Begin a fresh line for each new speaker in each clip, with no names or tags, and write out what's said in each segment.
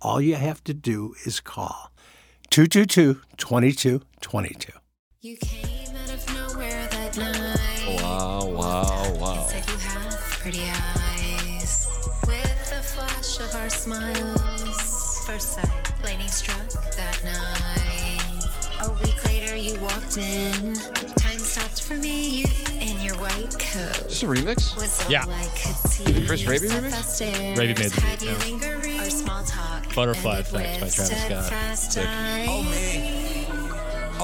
All you have to do is call 222 2222.
You came out of nowhere that night.
Wow, wow, wow.
Said you have pretty eyes. With the flash of our smiles. First sight, lightning struck that night. A week later, you walked in. Time stopped for me, you in your white coat.
Is this a remix?
Was all
Yeah.
I could see.
Chris Raby remix?
Raby made the
Had
beat,
you
yeah.
lingering? Our small talk Oh,
Butterfly
ended
Effect by
with
Travis Scott.
steadfast
Sick.
eyes.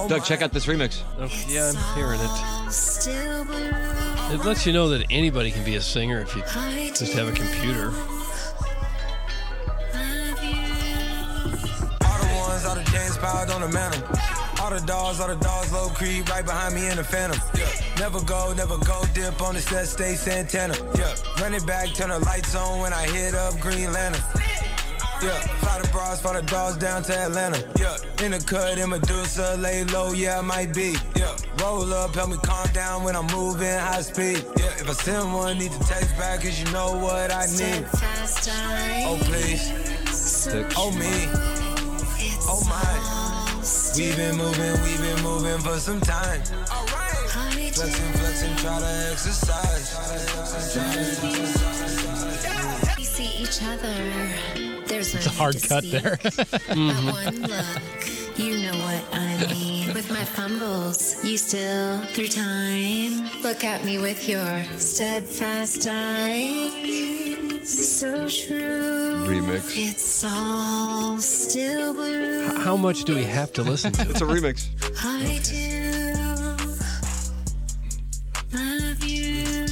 Doug, check out this remix.
Oh,
yeah, I'm hearing it.
Still blue.
It lets you know that anybody can be a singer if you
I
just have a computer.
love you.
All the ones, all the dance piled on the mantle. All the dogs, all the dogs, low creep right behind me in the phantom. Yeah. Never go, never go, dip on the set, stay Santana. Yeah. Run it back, turn the lights on when I hit up Green Lantern. Yeah, fly the bras, fly the dogs down to Atlanta. Yeah, in the cut, in Medusa, lay low, yeah, I might be. Yeah, roll up, help me calm down when I'm moving high speed. Yeah, if I send one, need to text back, cause you know what I need.
Steadfast
Oh,
eyes.
please, oh, me.
It's
Oh my.
all still
We've been moving, we've been moving for some time. Alright.
I just
Flexing, flexing, try to exercise.
we see each other. There's
It's a hard cut there.
one look, you know what I mean. With my fumbles, you still through time. Look at me with your steadfast eyes. So true.
Remix.
It's all still blue.
How much do we have to listen to?
It's a remix.
I do love you.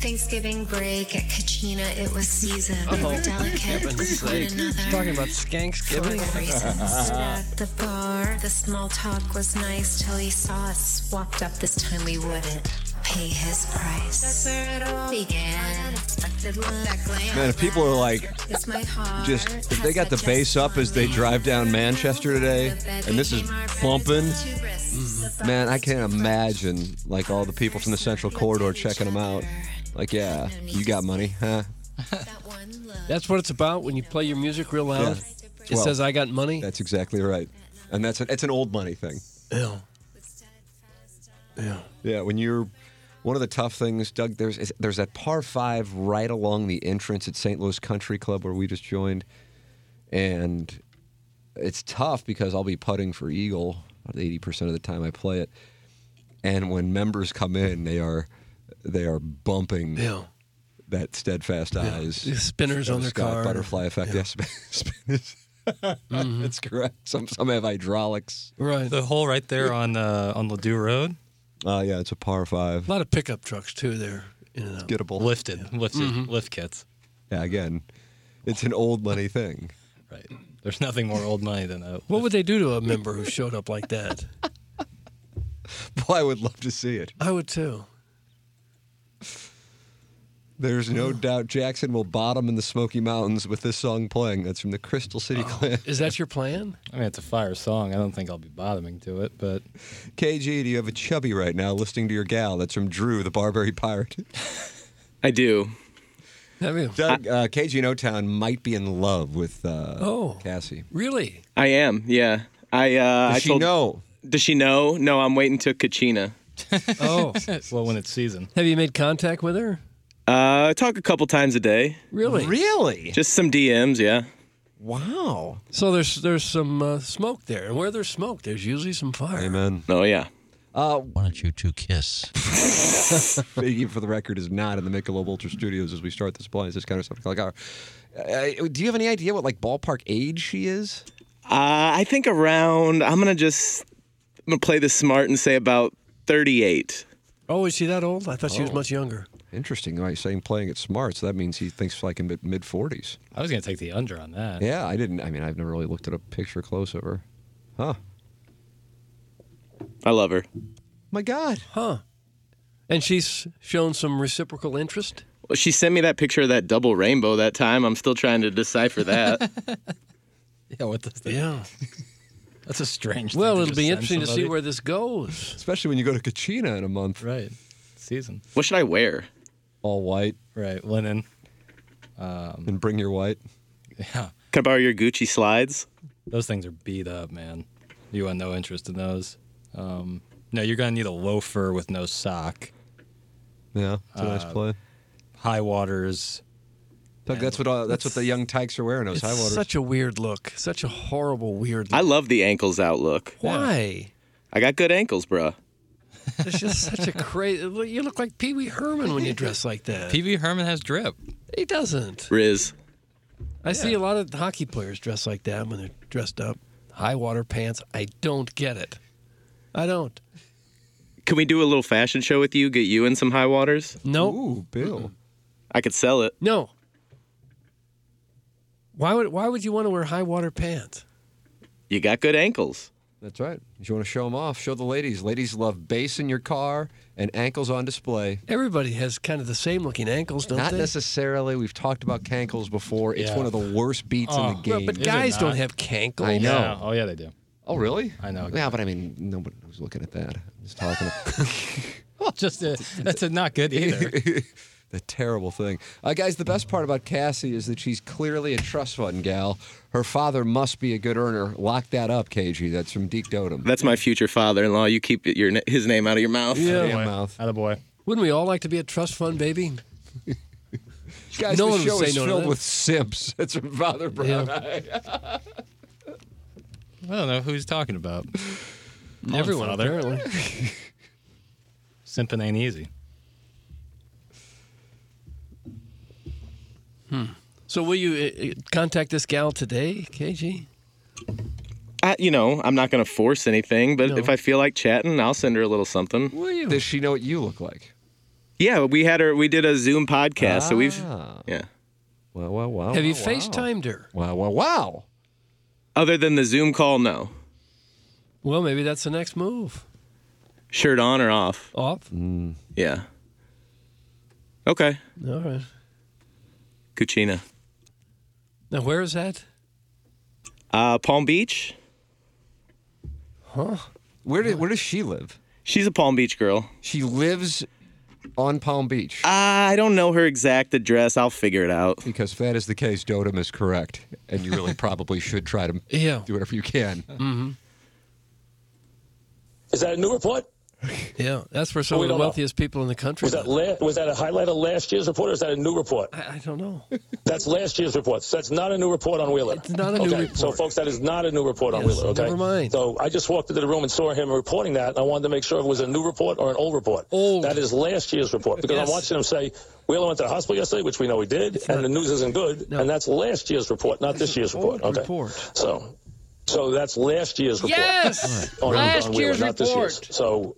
Thanksgiving break at Kachina, it was season. They were delicate with one another.
Talking about
For
Skanksgiving?
good reasons. at the bar, the small talk was nice till he saw us. Walked up this time, we wouldn't pay his price. That's where it all began.
Man, if people are like,
It's my heart.
just, if they got the bass up as they drive down Manchester today, and this is bumping, man, I can't imagine, like, all the people from the Central Corridor checking them out. Like, yeah, you got money, huh?
That's what it's about when you play your music real loud.
Yeah.
It
Well,
says, I got money.
That's exactly right. And that's, a, it's an old money thing.
Ew.
Yeah, when you're one of the tough things, Doug, there's is, there's that par five right along the entrance at St. Louis Country Club where we just joined, and it's tough because I'll be putting for eagle about eighty percent of the time I play it, and when members come in, they are they are bumping
Ew.
that steadfast eyes.
The spinners
That
on
was
their
Scott
car.
butterfly effect. Yes, spinners. That's correct. Some some have hydraulics.
Right.
Mm-hmm. The hole right there on uh, on Ladue Road,
Uh, yeah, it's a par five.
A lot of pickup trucks, too, there. In and out.
Gettable. Mm-hmm.
lifted, lifted, lift kits.
Yeah, again, it's an old money thing.
Right. There's nothing more old money than a.
What would they do to a member who showed up like that?
Boy, I would love to see it.
I would, too.
There's no doubt Jackson will bottom in the Smoky Mountains with this song playing. That's from the Crystal City Clan.
Is that your plan?
Oh. I mean, it's a fire song. I don't think I'll be bottoming to it, but
KG, do you have a chubby right now listening to your gal? That's from Drew, the Barberry Pirate.
I do.
Have you?
Doug, uh, KG in O Town might be in love with uh,
Oh.
Cassie.
Really?
I am. Yeah. I. Uh,
Does
I
she
told,
know?
Does she know? No, I'm waiting till Kachina.
Oh.
well, when it's season.
Have you made contact with her?
Uh, I talk a couple times a day.
Really?
Really?
Just some DMs. Yeah.
Wow.
So there's there's some uh, smoke there, and where there's smoke, there's usually some fire.
Amen.
Oh yeah.
Uh,
Why don't you two kiss?
Biggie, for the record, is not in the Michelob Ultra Studios as we start this blind. This kind of stuff. Like, uh, uh, do you have any idea what like ballpark age she is?
Uh, I think around. I'm gonna just. I'm gonna play this smart and say about 38.
Oh, is she that old? I thought
oh
she was much younger.
Interesting. Like saying playing it smart, so that means he thinks like in mid forties.
I was gonna take the under on that.
Yeah, I didn't. I mean, I've never really looked at a picture close of her. Huh?
I love her.
My God.
Huh. And she's shown some reciprocal interest?
Well, she sent me that picture of that double rainbow that time. I'm still trying to decipher that.
Yeah. What does that?
Yeah.
That's a strange. thing
Well,
to
it'll
just
be
send
interesting to see
somebody.
where this goes.
Especially when you go to Kachina in a month.
Right. Season.
what should I wear?
All white
Right. Linen.
and bring your white.
Um, Yeah.
Can I borrow your Gucci slides?
Those things are beat up, man. You want no interest in those. Um, no, you're gonna need a loafer with no sock. Uh,
Yeah, it's a
Uh,
nice play.
High waters.
Doug, that's what uh, that's what the young tykes are wearing. Those
It's
high waters.
such a weird look. Such a horrible, weird
I
look.
love the ankles out look.
Why?
I got good ankles, bruh.
It's just such a crazy. You look like Pee Wee Herman when you dress like that.
PV Herman has drip.
He doesn't.
Riz.
I see a lot of hockey players dressed like that when they're dressed up. High water pants. I don't get it. I don't.
Can we do a little fashion show with you? Get you in some high waters? Mm-hmm.
No.
Ooh, Bill.
I could sell it.
No. Why would why would you want to wear high water pants?
You got good ankles.
That's right. If you want to show them off, show the ladies. Ladies love bass in your car and ankles on display.
Everybody has kind of the same looking ankles, don't
Not
they?
necessarily. We've talked about cankles before. It's
Yeah.
one of the worst beats in the
Well,
game.
Oh. but
it
guys
not?
don't have cankles.
I know.
Yeah. Oh yeah, they do.
oh, really?
I know.
Yeah, but I mean, nobody was looking at that. I'm just talking.
Just a, that's a not good either.
the terrible thing. Uh, guys, the best part about Cassie is that she's clearly a trust fund gal. Her father must be a good earner. Lock that up, KG. That's from Deke Dotem.
That's my future father-in-law. You keep it- your his name out of your mouth.
Damn mouth.
Out of boy.
Wouldn't we all like to be a trust fund baby?
Guys,
No
the
one would
show
say
is
no to
filled
that.
with simps. That's from Father Brown.
Yeah.
I don't know who he's talking about.
Everyone apparently.
Simping ain't easy.
So will you uh, uh, contact this gal today, KG?
I, you know, I'm not going to force anything, but
No.
if I feel like chatting, I'll send her a little something.
Will you?
Does she know what you look like?
Yeah, we had her. We did a Zoom podcast, so we've.
Ah.
Yeah.
Wow, wow, wow.
Have you
wow,
FaceTimed her?
Wow, wow, wow.
Other than the Zoom call, no.
Well, maybe that's the next move.
Shirt on or off? Mm.
Off.
Yeah. Okay.
All right.
Cucina.
Now where is that?
Uh, Palm Beach.
Where, did, where does she live?
She's a Palm Beach girl.
She lives on Palm Beach.
I don't know her exact address. I'll figure it out.
Because if that is the case, Dotem is correct. And you really probably should try to
Yeah. Mm.
do whatever you can.
Is that a new report?
Yeah, that's where some
We
of the
don't know.
wealthiest people in the country.
Was that la- was that a highlight of last year's report, or is that a new report?
I, I don't know.
That's last year's report. So that's not a new report on Wheeler. It's
not a new
okay. So,
report.
folks, that is not a new report on
Yes,
Wheeler. Okay.
never mind.
So I just walked into the room and saw him reporting that. And I wanted to make sure if it was a new report or an old report.
Old.
That is last year's report because
Yes.
I'm watching him say Wheeler went to the hospital yesterday, which we know he did, and the news isn't good. And that's last year's report, not this year's report.
old
Okay.
report.
So, so that's last year's report.
Yes!
on,
Last
on Wheeler,
year's
not this year's.
report.
So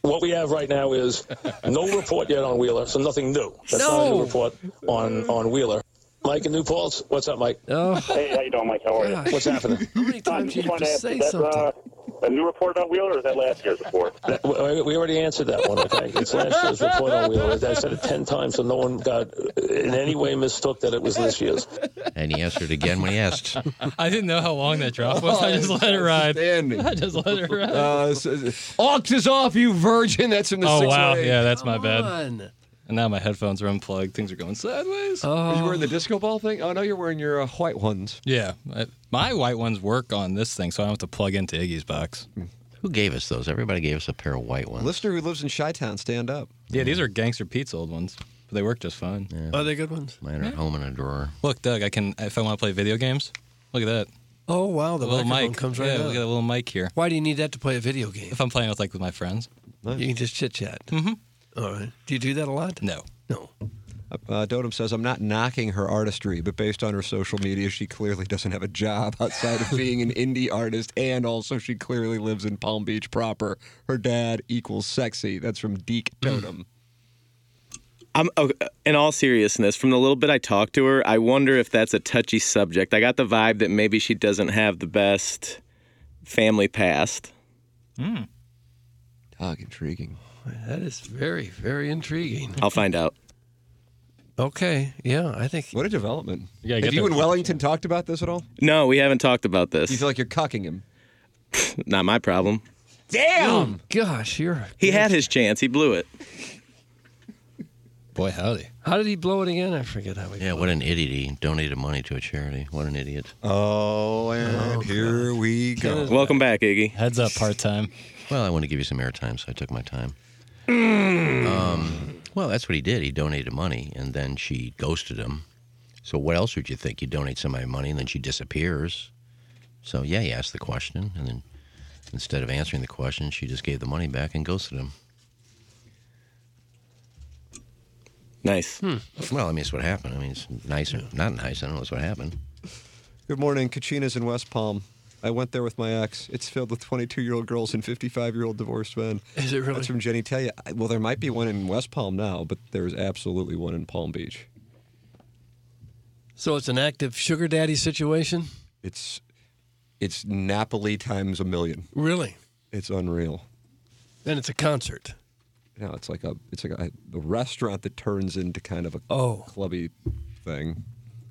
what we have right now is no report yet on Wheeler, so nothing new. That's not a
No.
new report on, on Wheeler. Mike in New Paltz, what's up, Mike?
Oh,
Hey, how you doing, Mike? How are
you?
What's happening?
how many times do you have to say something?
uh, a new report about Wheeler, or is that last year's report? we already answered that one. Okay, it's last year's report on Wheeler. I said it ten times, so no one got uh, in any way mistook that it was this year's.
And he answered again when he asked.
I didn't know how long that drop was. I just let it ride.
Standing.
I just let it ride.
Oh, Uh, s- s- Aux is off, you virgin. That's from the
oh
608.
wow, yeah, that's my
Come
bad.
on.
And now my headphones are unplugged. Things are going sideways.
Are you
Oh,
wearing the disco ball thing? Oh, no, you're wearing your uh, white ones.
Yeah, I- my white ones work on this thing, so I don't have to plug into Iggy's box.
Who gave us those? Everybody gave us a pair of white ones.
Listener who lives in Chi Town, stand up.
Yeah, these are Gangster Pete's old ones, but they work just fine.
are they good ones?
Mine are home in a drawer.
Look, Doug, I can if I want to play video games. Look at that
Oh wow, the
little
microphone
mic
comes right
yeah,
out.
look at that little mic here.
Why do you need that to play a video game?
If I'm playing with like with my friends,
You can just chit chat. Mm-hmm. All right. Do you do that a lot?
No.
Uh, Dotem says, I'm not knocking her artistry, but based on her social media, she clearly doesn't have a job outside of being an indie artist, and also she clearly lives in Palm Beach proper. Her dad equals sexy. That's from Deke
Mm.
Totem.
I'm okay, in all seriousness, from the little bit I talked to her, I wonder if that's a touchy subject. I got the vibe that maybe she doesn't have the best family past.
Mm.
Dog, intriguing.
That is very, very intriguing.
I'll find out.
Okay. Yeah, I think.
What a development.
Yeah,
have you and Wellington talked about this at all?
No, we haven't talked about
You
this.
feel like you're cucking him.
Not my problem.
Damn. gosh, you're.
He had his chance. He blew it.
Boy, howdy.
How did he blow it again? I forget how he.
Yeah, what an idiot. He donated money to a charity. What an idiot.
Oh, and here we go.
Welcome back, Iggy.
Heads up, part time.
Well, I want to give you some airtime, so I took my time.
Mm.
Um, well, that's what he did. He donated money, and then she ghosted him. So what else would you think? You donate somebody money, and then she disappears. So yeah, he asked the question, and then instead of answering the question, she just gave the money back and ghosted him.
Nice.
Well, I mean, it's what happened. I mean, it's nice or not nice. I don't know. It's what happened.
Good morning. Kachina's in West Palm. I went there with my ex. It's filled with 22 year old girls and 55 year old divorced men.
Is it really?
That's from Jenny Tell you. Well, there might be one in West Palm now, but there's absolutely one in Palm Beach.
So it's an active sugar daddy situation.
It's it's Napoli times a million.
Really?
It's unreal.
Then it's a concert.
No, it's like a it's like a, a restaurant that turns into kind of a
Oh.
clubby thing.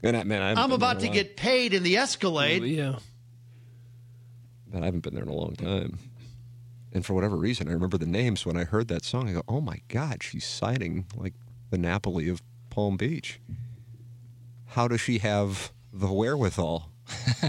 And I, man, I haven't
I'm
been
about to
there in a
get paid in the Escalade.
Yeah.
while. Man, I haven't been there in a long time. And for whatever reason, I remember the names when I heard that song. I go, "Oh my God, she's citing like the Napoli of Palm Beach." How does she have the wherewithal?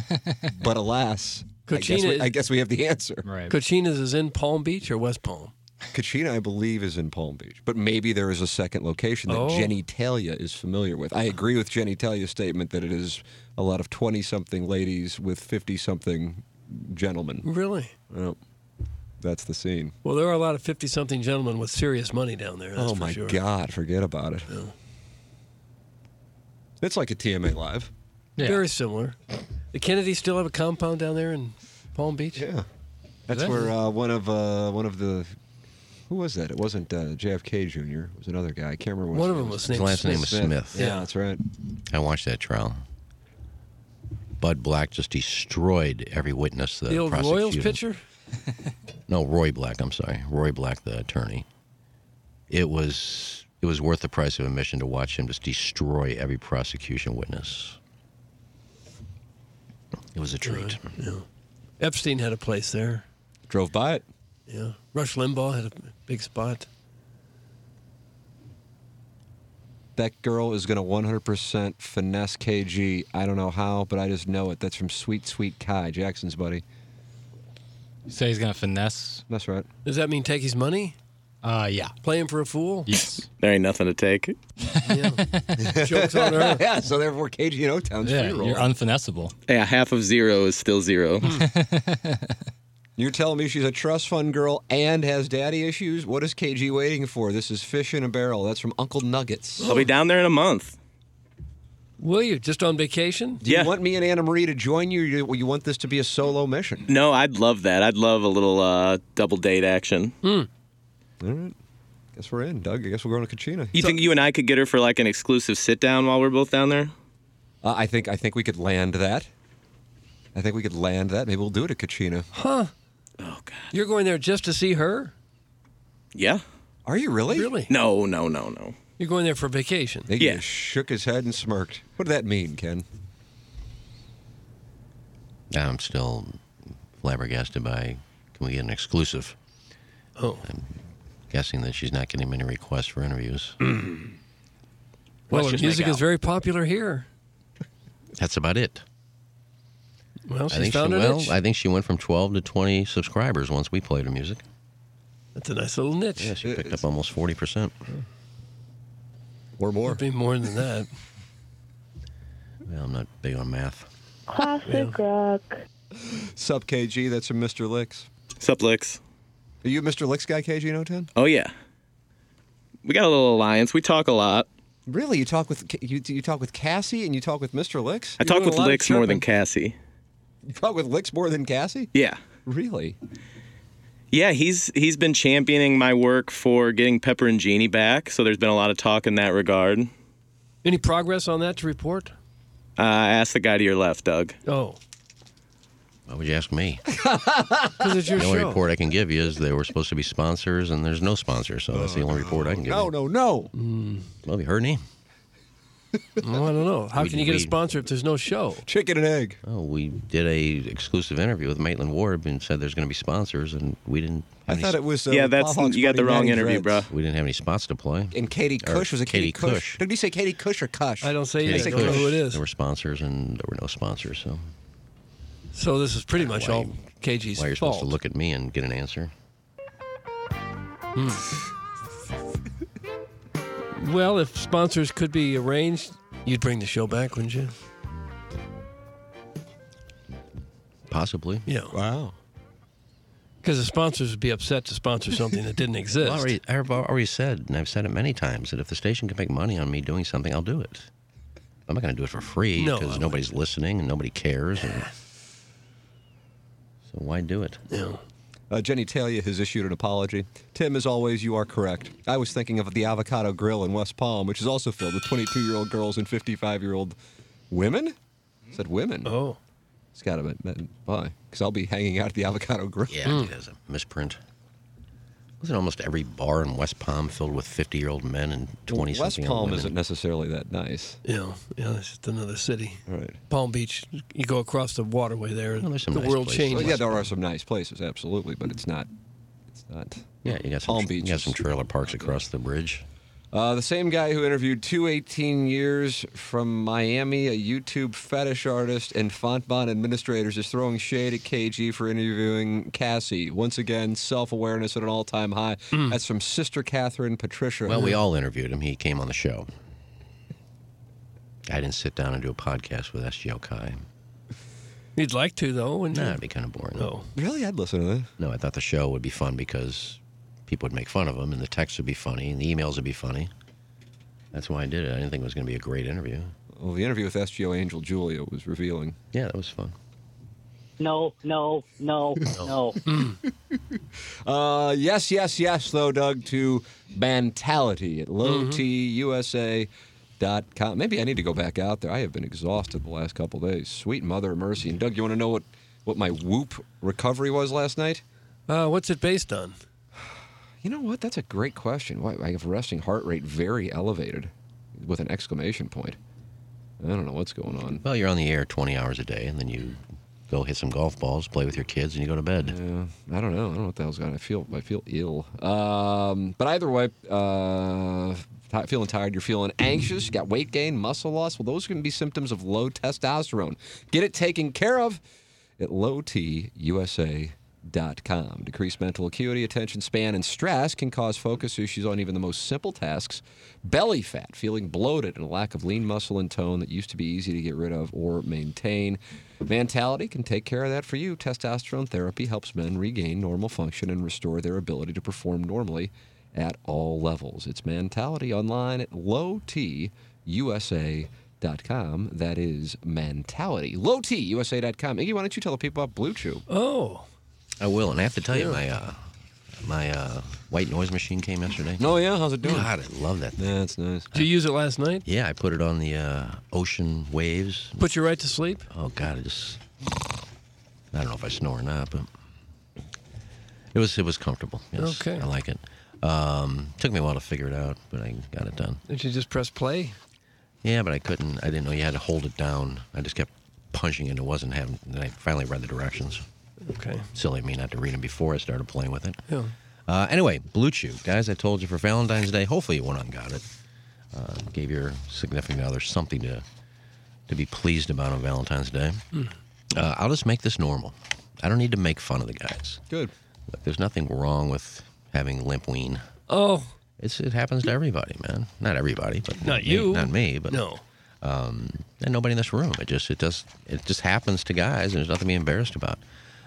but alas, I guess,
Cochina
we,
is-
I guess we have the answer.
Right.
Cochina's is in Palm Beach or West Palm.
Kachina, I believe, is in Palm Beach, but maybe there is a second location that
Oh.
Jenny Talia is familiar with. I agree with Jenny Talia's statement that it is a lot of 20 something ladies with 50 something gentlemen.
Really?
Well, that's the scene.
Well, there are a lot of fifty-something gentlemen with serious money down there. That's
oh
for
my
sure.
God, forget about it. It's like a TMA Live.
Yeah.
Very similar. The Kennedys still have a compound down there in Palm Beach.
Yeah. That's
that-
where uh, one of uh, one of the. Who was that? It wasn't uh, JFK Jr., it was another guy. I can't remember what
One of
his
them
name
was
His
named
last name
Smith.
was Smith.
Yeah,
Yeah.
that's right.
I watched that trial. Bud Black just destroyed every witness. The,
The old
prosecutor.
Royals pitcher.
No, Roy Black. I'm sorry, Roy Black, the attorney. It was it was worth the price of admission to watch him just destroy every prosecution witness. It was a treat.
Epstein had a place there.
Drove by it.
Yeah. Rush Limbaugh had a big spot.
That girl is going to 100% finesse KG. I don't know how, but I just know it. That's from Sweet Sweet Kai, Jackson's buddy.
You say he's going to finesse?
That's right.
Does that mean take his money?
Uh, yeah.
Play him for a fool?
Yes.
There ain't nothing to take.
Yeah. Jokes on her.
yeah, so therefore KG and O Town's
yeah,
free roll.
you're
You're,
unfinessable.
Yeah, half of zero is still zero.
telling me she's a trust fund girl and has daddy issues? What is KG waiting for? This is fish in a barrel. That's from Uncle Nuggets.
I'll be down there in a month.
Will you? Just on vacation?
Do
Yeah.
you want me and Anna Marie to join you? or You you want this to be a solo mission?
No, I'd love that. I'd love a little uh, double date action.
All right. Guess we're in, Doug. I guess we're going to Kachina.
You think you and I could get her for like an exclusive sit down while we're both down there?
Uh, I think I think we could land that. I think we could land that. Maybe we'll do it at Kachina.
Oh,
You're going there just to see her?
Yeah.
Are you really?
Really?
No, no, no, no.
You're going there for vacation.
Iggy
Yeah.
just shook his head and smirked. What did that mean, Ken?
Now I'm still flabbergasted by. Can we get an exclusive?
Oh.
Guessing that she's not getting many requests for interviews.
Well,
Let's
her
just make
music is
out.
very popular here.
That's about it.
Well, she's
I think she
found a
well,
niche.
I think she went from 12 to 20 subscribers once we played her music.
That's a nice little niche.
Yeah, she picked up almost 40%.
Or more.
It'd be more than that.
Well, I'm not big on math.
Sup, KG? That's from Mr. Licks.
Sup, Licks?
Are you a Mr. Licks guy, KG No 10?
Oh yeah, we got a little alliance. We talk a lot.
Really? You talk with you, you talk with Cassie and you talk with Mr. Licks?
I talk with Licks more than Cassie.
You talk with Licks more than Cassie?
Yeah.
Really?
Yeah, he's he's been championing my work for getting Pepper and Jeannie back. So there's been a lot of talk in that regard. Uh,
Any progress on that to report?
I asked the guy to your left, Doug.
Oh,
Why would you ask me?
because it's your
the only
show.
report I can give you is they were supposed to be sponsors, and there's no sponsor, so that's the only report I can give you.
Oh, no, no.
Well, you heard me.
Mm. Well, I don't know. How
We-
can you get a
we-
sponsor if there's no show?
Chicken and egg.
Oh, we did a exclusive interview with Maitland Ward and said there's going to be sponsors, and we didn't.
I
have any
thought
sp-
it was. Uh,
Yeah, that's-
Pawhawks
you got the
Buddy
wrong
Matty
interview,
Dreads.
We didn't have any spots to play.
And Katie
Or
Cush was a Katie,
Katie Cush.
Did you say Katie Cush or Cush?
I don't say
Katie
anything. I don't know
Cush.
who it is.
There were sponsors, and there were no sponsors. So
So this is pretty much
Why-
all KG's
why you're
fault.
supposed to look at me and get an answer?
Hmm. Well, if sponsors could be arranged, you'd bring the show back, wouldn't you?
Possibly.
Yeah.
Wow.
Because the sponsors would be upset to sponsor something that didn't exist.
Well, I already, I've already said, and I've said it many times, that if the station can make money on me doing something, I'll do it. I'm not going to do it for free
No, I
because nobody's listening and nobody cares. And so why do it?
No.
Uh, Jenny Talia has issued an apology. Tim, as always, you are correct. I was thinking of the Avocado Grill in West Palm, which is also filled with 22 year old girls and 55 year old women. I said women.
Oh.
It's got to be. that- Why? Because I'll be hanging out at the Avocado Grill. Hmm.
Yeah, I think that's a misprint. Wasn't almost every bar in West Palm filled with 50 year old men and 20
Well, West
something
Palm
women?
isn't necessarily that nice.
Yeah, yeah, it's just another city.
All right.
Palm Beach, you go across the waterway there,
Well, there's some
the
nice
world
places.
changes.
Well, yeah, there are some nice places, absolutely, but it's not. It's not.
Yeah, you got some,
Palm
you
Beach
got
is-
some trailer parks across the bridge.
Uh, the same guy who interviewed two 18 years from Miami, a YouTube fetish artist, and Fontbon administrators is throwing shade at KG for interviewing Cassie. Once again, self awareness at an all time high. That's from Sister Catherine Patricia.
Hmm. Well, we all interviewed him. He came on the show. I didn't sit down and do a podcast with SGO Kai.
You'd like to though, wouldn't
No,
you?
that'd be kind of boring.
No.
Really? I'd listen to that.
No, I thought the show would be fun because people would make fun of him, and the text would be funny, and the emails would be funny. That's why I did it. I didn't think it was going to be a great interview.
Well, the interview with SGO Angel Julia was revealing.
Yeah, that was fun.
No, no, no, no.
Hmm.
Uh, yes, yes, yes, though, Doug, to Bantality at lowtusa.com. Maybe I need to go back out there. I have been exhausted the last couple days. Sweet mother of mercy. And, Doug, you want to know what, what my whoop recovery was last night?
Uh, what's it based on?
You know what? That's a great question. Why I have resting heart rate very elevated with an exclamation point. I don't know what's going on.
Well, you're on the air 20 hours a day, and then you go hit some golf balls, play with your kids, and you go to bed.
I don't know. I don't know what the hell's going on. I feel I feel ill. Um, but either way, uh, ti- feeling tired. You're feeling anxious. You got weight gain, muscle loss. Well, those can be symptoms of low testosterone. Get it taken care of at lowtusa.com. Decreased mental acuity, attention span, and stress can cause focus issues on even the most simple tasks. Belly fat, feeling bloated, and a lack of lean muscle and tone that used to be easy to get rid of or maintain. Mentality can take care of that for you. Testosterone therapy helps men regain normal function and restore their ability to perform normally at all levels. It's Mentality online at lowtusa.com. That is Mentality. Lowtusa.com. Iggy, why don't you tell the people about Blue Chew?
Oh,
I will, and I have to tell you, my uh, my uh, white noise machine came yesterday.
Oh, yeah. How's it doing?
God, I love that thing.
That's nice.
did you use it last night?
Yeah, I put it on the uh, ocean waves.
Put you right to sleep?
Oh God, I just I don't know if I snore or not, but it was it was comfortable. Yes,
Okay.
I like it. Um, took me a while to figure it out, but I got it done.
Did you just press play?
Yeah, but I couldn't. I didn't know you had to hold it down. I just kept punching it. and It wasn't having. And I finally read the directions.
Okay.
Silly of me not to read them before I started playing with it.
Yeah.
Uh, anyway, Blue Chew, guys, I told you for Valentine's Day. Hopefully, you went out and got it. Uh, gave your significant other something to to be pleased about on Valentine's Day.
Hmm.
Uh, I'll just make this normal. I don't need to make fun of the guys.
Good.
Look, there's nothing wrong with having limp ween.
Oh,
It's it happens to everybody, man. Not everybody, but
not
me-
you.
not me, but um,
no.
and nobody in this room. It just it does it just happens to guys, and there's nothing to be embarrassed about.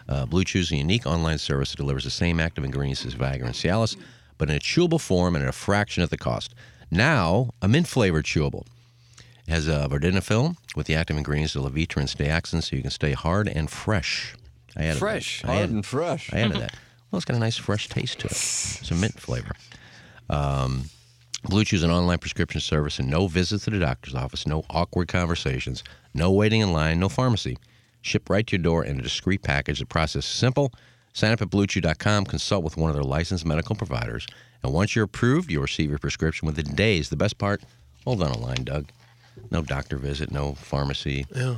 Uh, Blue Chew's a unique online service that delivers the same active ingredients as Viagra and Cialis, but in a chewable form and at a fraction of the cost. Now, a mint flavored chewable. It has a verdenafil with the active ingredients of Levitra and Stayaxin, so you can stay hard and fresh. I added
Fresh.
that. I
Hard
added-
and fresh.
I added that. Well, it's got a nice fresh taste to it. It's a mint flavor. Um, Blue Chew is an online prescription service and no visits to the doctor's office, no awkward conversations, no waiting in line, no pharmacy. Shipped right to your door in a discreet package. The process is simple. Sign up at bluechew.com, consult with one of their licensed medical providers, and once you're approved, you'll receive your prescription within days. The best part, hold on a line, Doug. No doctor visit, no pharmacy.
Yeah.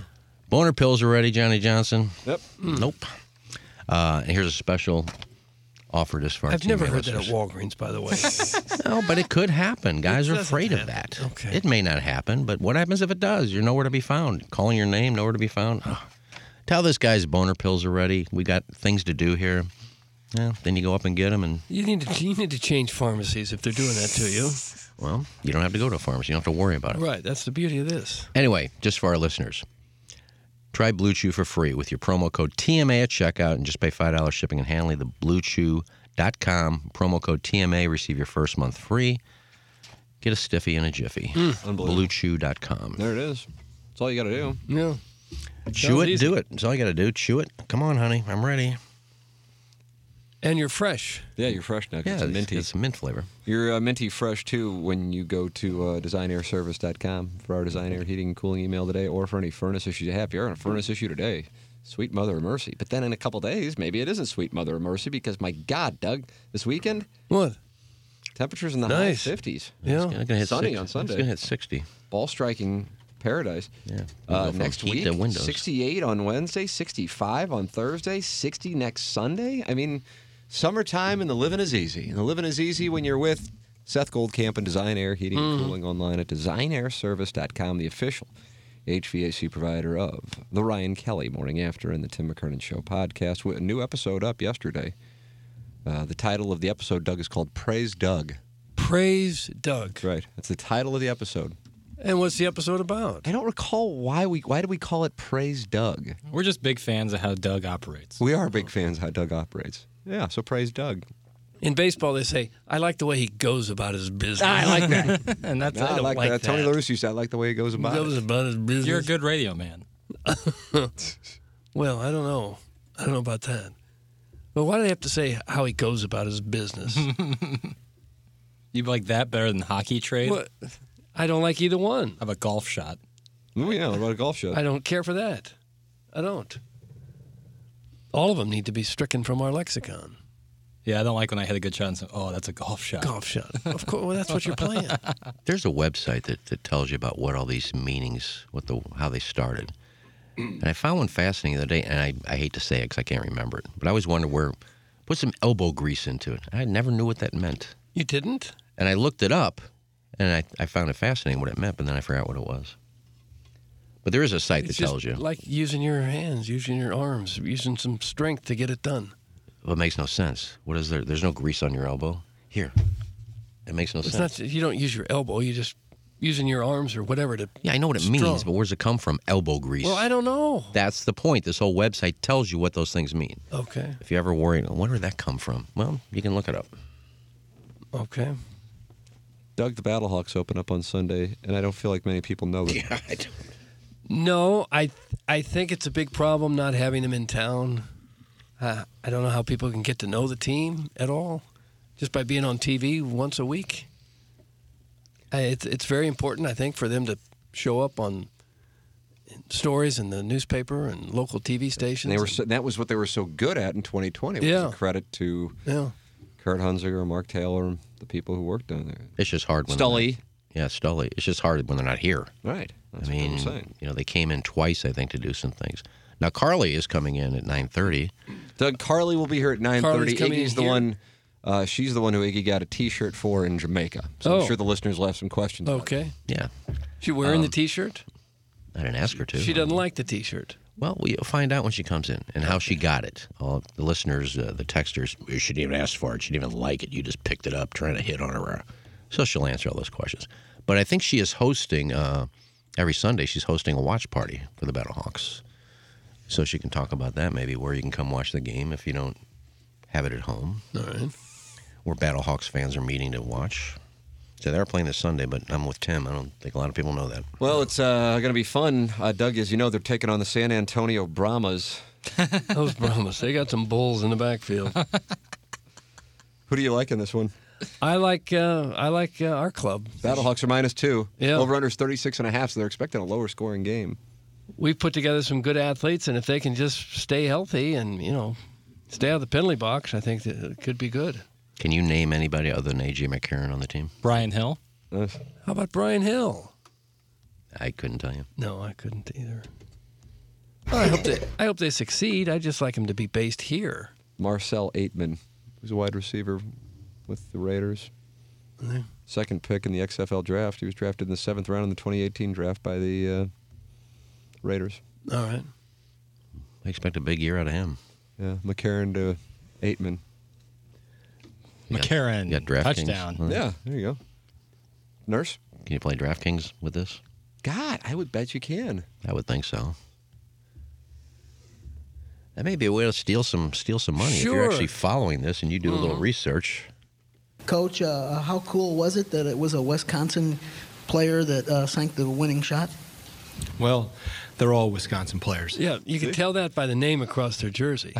Boner pills are ready, Johnny Johnson.
Yep.
Nope. Uh, and here's a special offer this far.
I've never heard that at Walgreens, by the way.
No, but it could happen. Guys are
doesn't
afraid of that. Okay. It may not happen, but what happens if it does? You're nowhere to be found. Calling your name, nowhere to be found. Oh. Tell this guy's boner pills are ready. We got things to do here. Yeah, then you go up and get them, and
you need to you need to change pharmacies if they're doing that to you.
well, you don't have to go to a pharmacy. You don't have to worry about it.
Right. That's the beauty of this.
Anyway, just for our listeners, try Blue Chew for free with your promo code TMA at checkout and just pay $5 shipping and handling. The bluechew.com promo code TMA. Receive your first month free. Get a stiffy and a jiffy.
Mm. Unbelievable.
Bluechew.com.
There it is. That's all you got to do.
Yeah.
Chew
Sounds
it,
easy.
do it. That's all you got to do. Chew it. Come on, honey. I'm ready.
And you're fresh.
Yeah, you're fresh now. 'cause
Yeah,
it's
it's-
minty.
it's a mint flavor.
You're uh, minty fresh too when you go to uh, designairservice.com for our design air heating and cooling email today, or for any furnace issues you have. You're on a furnace issue today. Sweet mother of mercy. But then in a couple days, maybe it isn't sweet mother of mercy because my God, Doug, this weekend
What?
temperatures in the
Nice.
high 50s.
Yeah. It's gonna- gonna hit
sunny
60.
on
It's
Sunday.
gonna hit 60.
Ball striking paradise.
Yeah. We'll
Uh,
go from
next
heat
week,
to windows.
68 on Wednesday, 65 on Thursday, 60 next Sunday. I mean, summertime and the living is easy. And the living is easy when you're with Seth Goldcamp and Design Air Heating and
Mm-hmm.
Mhm.
Cooling online at designairservice.com, the official HVAC provider of the Ryan Kelly Morning After and the Tim McKernan Show podcast. With a new episode up yesterday. Uh, the title of the episode, Doug, is called Praise Doug.
Praise Doug.
Right. That's the title of the episode.
And what's the episode about?
I don't recall why we why do we call it Praise Doug?
We're just big fans of how Doug operates.
We are big fans of how Doug operates. Yeah, so praise Doug.
In baseball, they say, "I like the way he goes about his business."
Ah, I like that.
and that's
No,
I don't like, that.
Tony LaRusso used to, I like the way he goes about
goes
it.
about his business.
You're a good radio man.
well, I don't know. I don't know about that. But why do they have to say how he goes about his business?
You like that better than hockey trade?
What? I don't like either one.
How about golf shot?
Oh yeah, about a golf shot?
I don't care for that. I don't. All of them need to be stricken from our lexicon.
Yeah, I don't like when I hit a good shot and say, "Oh, that's a golf shot."
Golf shot. Of course, well, that's what you're playing.
There's a website that, that tells you about what all these meanings, what the how they started. And I found one fascinating the other day, and I, I hate to say it because I can't remember it, but I always wonder where, put some elbow grease into it. I never knew what that meant.
You didn't?
And I looked it up, and I, I found it fascinating what it meant, but then I forgot what it was. But there is a site
It's
that
just
tells you.
Like using your hands, using your arms, using some strength to get it done.
Well, it makes no sense. What is there? There's no grease on your elbow. Here. It makes no
it's
sense.
not you don't use your elbow, you just using your arms or whatever to
yeah, I know what it
Strong.
means, but where's it come from? Elbow grease.
Well, I don't know.
That's the point. This whole website tells you what those things mean.
Okay.
If you ever worry, "Oh, where did that come from? Well, you can look it up.
Okay.
Doug, the Battlehawks open up on Sunday, and I don't feel like many people know that.
No, I I think it's a big problem not having them in town. Uh, I don't know how people can get to know the team at all, just by being on TV once a week. I, it's it's very important, I think, for them to show up on stories in the newspaper and local TV stations.
And they were so, that was what they were so good at in 2020. which is
Yeah.
a credit to
Yeah.
Kurt Hunziker, Mark Taylor, the people who worked on there.
It's just hard when they're
Stully.
not- Yeah, Stully. It's just hard when they're not here.
Right. That's
I
what I'm
mean,
saying.
you know, they came in twice, I think, to do some things. Now Carly is coming in at 9:30.
Doug Carly will be here at 9:30.
coming
Iggy's
in
the
here?
one. Uh, she's the one who Iggy got a T-shirt for in Jamaica. So
Oh.
I'm sure the listeners will have some questions. about it.
Okay.
Yeah.
She wearing the
Um,
T-shirt?
I didn't ask her to.
She doesn't like the T-shirt.
Well, we'll find out when she comes in and how she got it. All of the listeners, uh, the texters, you shouldn't even ask for it. She didn't even like it. You just picked it up trying to hit on her. So she'll answer all those questions. But I think she is hosting, uh, every Sunday, she's hosting a watch party for the Battlehawks. So she can talk about that maybe, where you can come watch the game if you don't have it at home.
All right.
Where Battlehawks fans are meeting to watch. So they're playing this Sunday, but I'm with Tim. I don't think a lot of people know that.
Well, it's uh, going to be fun, uh, Doug. As you know, they're taking on the San Antonio Brahmas.
Those Brahmas, they got some bulls in the backfield.
Who do you like in this one?
I like uh, I like uh, our club.
Battlehawks are minus two.
Yeah.
Over under is 36 and a half, so they're expecting a lower scoring game.
We've put together some good athletes, and if they can just stay healthy and you know stay out of the penalty box, I think that it could be good.
Can you name anybody other than AJ McCarron on the team?
Brian Hill.
How about Brian Hill?
I couldn't tell you.
No, I couldn't either. Well, I hope they I hope they succeed. I just like them to be based here.
Marcel Aitman, who's a wide receiver with the Raiders.
Yeah.
Second pick in the XFL draft. He was drafted in the seventh round in the 2018 draft by the uh, Raiders.
All right.
I expect a big year out of him.
Yeah, McCarron to Aitman.
McCarron.
You got DraftKings.
touchdown.
Huh?
Yeah, there you go. Nurse?
Can you play DraftKings with this?
God, I would bet you can.
I would think so. That may be a way to steal some steal some money if you're
Sure.
actually following this and you do a
Uh-huh.
little research.
Coach, uh, how cool was it that it was a Wisconsin player that uh, sank the winning shot?
Well, they're all Wisconsin players.
Yeah, you can tell that by the name across their jersey.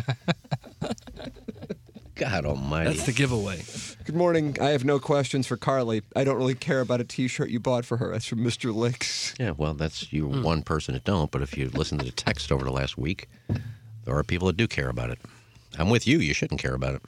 God almighty.
That's the giveaway.
Good morning. I have no questions for Carly. I don't really care about a t shirt you bought for her. That's from Mr. Licks.
Yeah, well, that's you
Hmm.
one person that don't. But if you listen to the text over the last week, there are people that do care about it. I'm with you. You shouldn't care about it.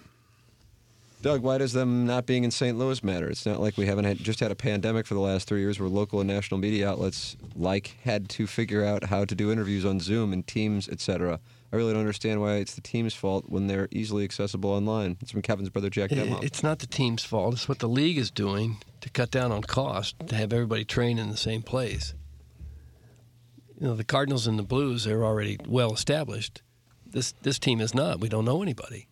Doug, why does them not being in St. Louis matter? It's not like we haven't had, just had a pandemic for the last three years where local and national media outlets like had to figure out how to do interviews on Zoom and Teams, etc. I really don't understand why it's the team's fault when they're easily accessible online. It's from Kevin's brother Jack
It-
Demhoff.
It's not the team's fault. It's what the league is doing to cut down on cost to have everybody train in the same place. You know, the Cardinals and the Blues they're already well established. This this team is not. We don't know anybody.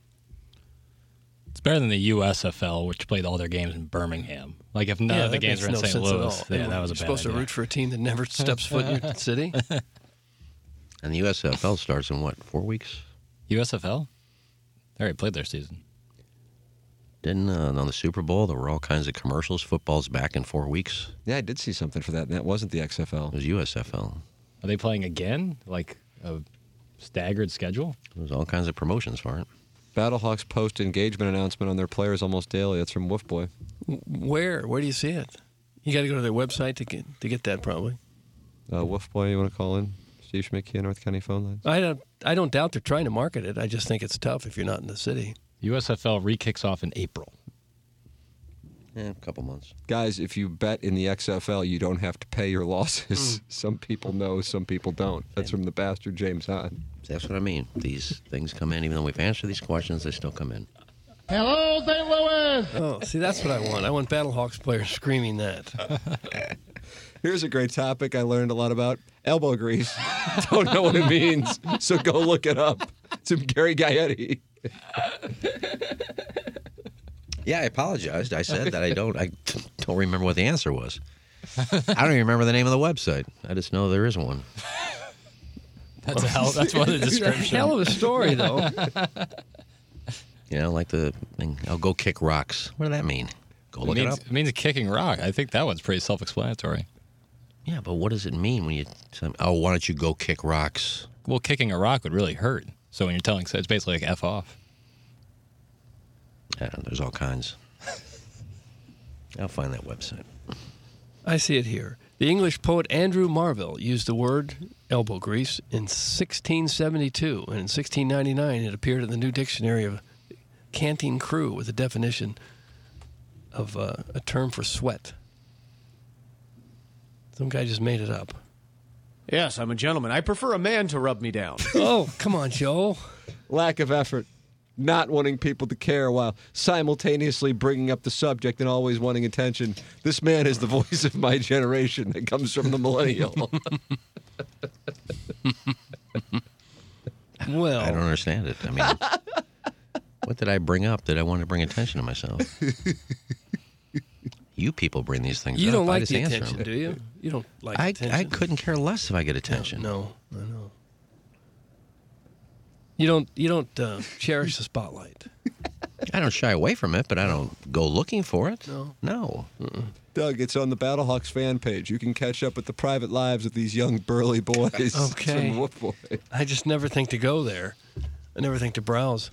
It's better than the USFL, which played all their games in Birmingham. Like if none
Yeah,
of the
that
games
makes
were in
no
St.
sense at
Louis,
all.
yeah, that was a
You're
bad
supposed to
idea.
root for a team that never steps foot in your city.
And the USFL starts in what four weeks?
USFL. They already played their season.
Didn't uh, on the Super Bowl there were all kinds of commercials. Football's back in four weeks.
Yeah, I did see something for that, and that wasn't the XFL.
It was USFL.
Are they playing again? Like a staggered schedule?
There's all kinds of promotions for it.
Battlehawks post engagement announcement on their players almost daily. That's from Wolf Boy.
Where where do you see it? You got to go to their website to get to get that probably.
Uh, Wolf Boy, you want to call in? Steve Schmidt, North County phone line.
I don't I don't doubt they're trying to market it. I just think it's tough if you're not in the city.
USFL re-kicks off in April.
Yeah, a couple months.
Guys, if you bet in the XFL, you don't have to pay your losses. Some people know, some people don't. That's from the bastard James Hahn.
That's what I mean. These things come in, even though we've answered these questions, they still come in.
Hello, St. Louis. Oh, see, that's what I want. I want Battlehawks players screaming that.
Here's a great topic I learned a lot about elbow grease. Don't know what it means, so go look it up. It's from Gary Gaetti.
Yeah, I apologized. I said that I don't. I don't remember what the answer was. I don't even remember the name of the website. I just know there is one.
That's a hell. That's one of the descriptions.
Hell of a story, though.
You know, like the thing. I'll go kick rocks. What does that mean? Go look
it, means,
it up.
means a kicking rock. I think that one's pretty self-explanatory.
Yeah, but what does it mean when you? tell- Oh, why don't you go kick rocks?
Well, kicking a rock would really hurt. So when you're telling, so it's basically like f off.
I don't know, there's all kinds. I'll find that website.
I see it here. The English poet Andrew Marvell used the word elbow grease in 1672, and in 1699 it appeared in the New Dictionary of Canting Crew with a definition of uh, a term for sweat. Some guy just made it up.
Yes, I'm a gentleman. I prefer a man to rub me down.
Oh, come on, Joe.
Lack of effort. Not wanting people to care while simultaneously bringing up the subject and always wanting attention. This man is the voice of my generation that comes from the millennial.
Well,
I don't understand it. I mean, what did I bring up that I wanted to bring attention to myself? you people bring these things
You
up.
don't
I
like
just
the
answer
attention,
them.
do you? You don't like
I, I
attention.
couldn't care less if I get attention.
No, I know. You don't you don't uh, cherish the spotlight.
I don't shy away from it, but I don't go looking for it.
No.
No.
Doug, it's on the Battlehawks fan page. You can catch up with the private lives of these young burly boys.
Okay.
From Whoop Boy.
I just never think to go there. I never think to browse.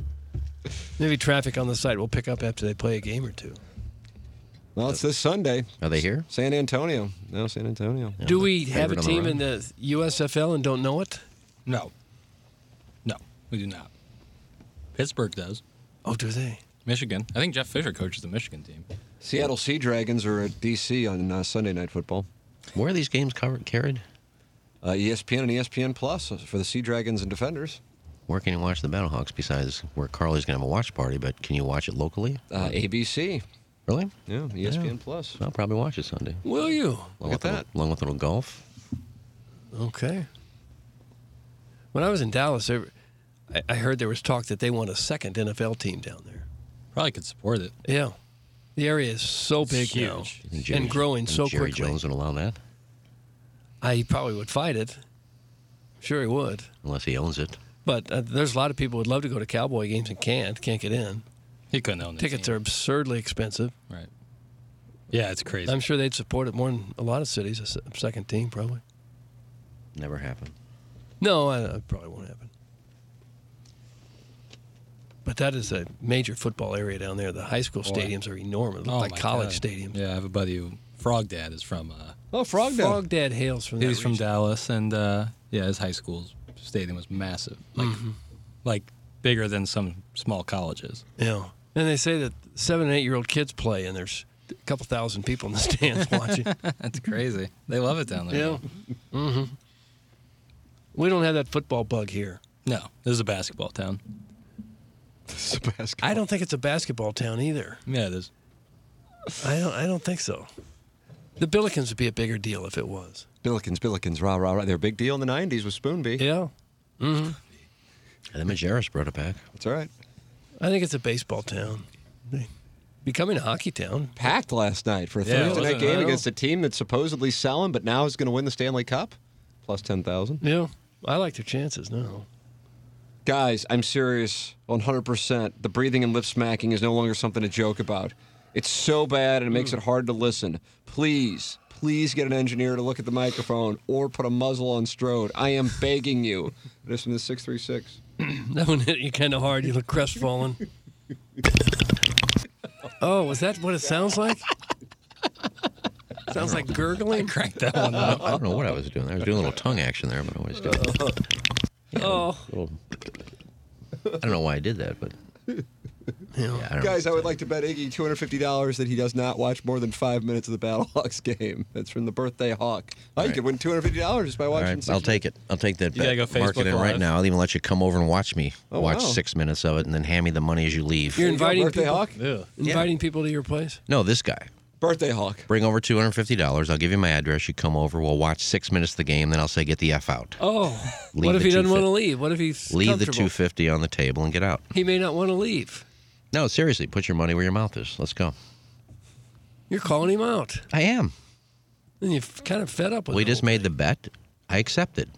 Maybe traffic on the site will pick up after they play a game or two.
Well, it's this Sunday.
Are they here?
San Antonio. No, San Antonio.
Do we have a team in the USFL and don't know it?
No. No, we do not. Pittsburgh does.
Oh, do they?
Michigan. I think Jeff Fisher coaches the Michigan team.
Seattle Sea Dragons are at DC on uh, Sunday Night Football.
Where are these games covered, carried?
Uh, ESPN and ESPN Plus uh, for the Sea Dragons and Defenders.
Where can you watch the Battlehawks besides where Carly's going to have a watch party? But can you watch it locally?
Uh, ABC.
Really?
Yeah, E ESPN Plus.
I'll probably watch it Sunday.
Will you?
Along with, a little- along with a little golf.
Okay. When I was in Dallas, there, I, I heard there was talk that they want a second NFL team down there.
Probably could support it.
Yeah. The area is so
It's
big
huge. You
now
think
Jerry-
and growing
think
so
Jerry
quickly.
Jones would allow that
I probably would fight it. Sure, he would.
unless he owns it.
But uh, there's a lot of people who would love to go to Cowboy games and can't, can't get in.
He couldn't own the
Tickets
team.
are absurdly expensive.
Right. Yeah, it's crazy.
I'm sure they'd support it more than a lot of cities, a se- second team probably.
Never happened.
No, I, I probably won't happen. But that is a major football area down there. The high school
Boy.
stadiums are enormous, look
Oh
like
my
college
God.
stadiums.
Yeah, I have a buddy who Frog Dad is from. Uh,
Oh, Frog Dad.
Frog Dad hails from
he
that
was from
region.
Dallas, and uh, yeah, his high school's stadium was massive, like
Mm-hmm.
like bigger than some small colleges.
Yeah. And they say that seven and eight year old kids play, and there's a couple thousand people in the stands watching.
That's crazy. They love it down there.
yeah. hmm We don't have that football bug here.
No, this is a basketball town.
It's a basket.
I don't think it's a basketball town either.
Yeah, it is.
I don't. I don't think so. The Billikens would be a bigger deal if it was.
Billikens, Billikens, rah, rah, rah. They're a big deal in the 90s with Spoonby.
Yeah. hmm
And then Majerus brought it back.
That's all right.
I think it's a baseball town. Becoming a hockey town.
Packed last night for a
Yeah,
Thursday
wasn't
night
it?
game
I know.
against a team that's supposedly selling, but now is going to win the Stanley Cup. Plus 10,000.
Yeah. I like their chances now.
Guys, I'm serious 100%. The breathing and lip smacking is no longer something to joke about. It's so bad and it
Hmm.
makes it hard to listen. Please, please get an engineer to look at the microphone or put a muzzle on Strode. I am begging you. This from the 636.
That one hit you kind of hard. You look crestfallen. oh, was that what it sounds like? sounds like gurgling.
cranked that one
I don't- I don't know what I was doing. I was doing a little tongue action there, but I always do.
Oh,
Little, I don't know why I did that, but yeah, I don't know.
Guys, I would like to bet Iggy $250 that he does not watch more than five minutes of the Battlehawks game. That's from the Birthday Hawk. I
right.
could win $250 just by
All
watching
right,
six
I'll take it. I'll take that
You gotta
bet.
go
Mark it
Facebook
in right
Live.
now. I'll even let you come over and watch me.
Oh,
watch
wow.
six minutes of it, and then hand me the money as you leave.
you're
There you go,
inviting
Birthday
people,
Hawk.
Ew.
inviting people to your place.
No, this guy.
Birthday Hawk.
Bring over two hundred fifty dollars. I'll give you my address. You come over. We'll watch six minutes of the game. Then I'll say, "Get the f out."
Oh,
Leave
what if
the
he doesn't want to
250.
leave? What if he's
Leave the
comfortable?
two fifty on the table and get out.
He may not want to leave.
No, seriously, put your money where your mouth is. Let's go.
You're calling him out,
I am.
and you're kind of fed up with.
We
him.
just made the bet. I accepted.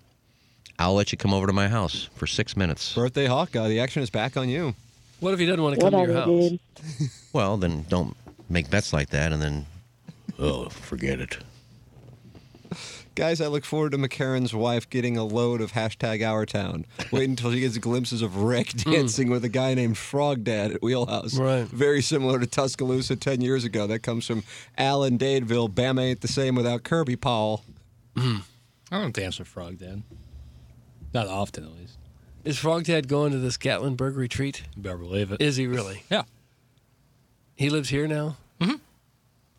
I'll let you come over to my house for six minutes.
Birthday Hawk, uh, the action is back on you.
What if he doesn't want to come to your house?
Well, then don't make bets like that, and then oh, forget it.
Guys, I look forward to McCarran's wife getting a load of hashtag Our Town. Wait until she gets glimpses of Rick dancing with a guy named Frog Dad at Wheelhouse.
Right.
Very similar to Tuscaloosa 10 years ago. That comes from Alan Dadeville. Bama ain't the same without Kirby Powell.
Mm-hmm.
I don't dance with Frog Dad. Not often, at least.
Is Frog Dad going to this Gatlinburg retreat?
You better believe it.
Is he really?
Yeah.
He lives here now. Mm-hmm.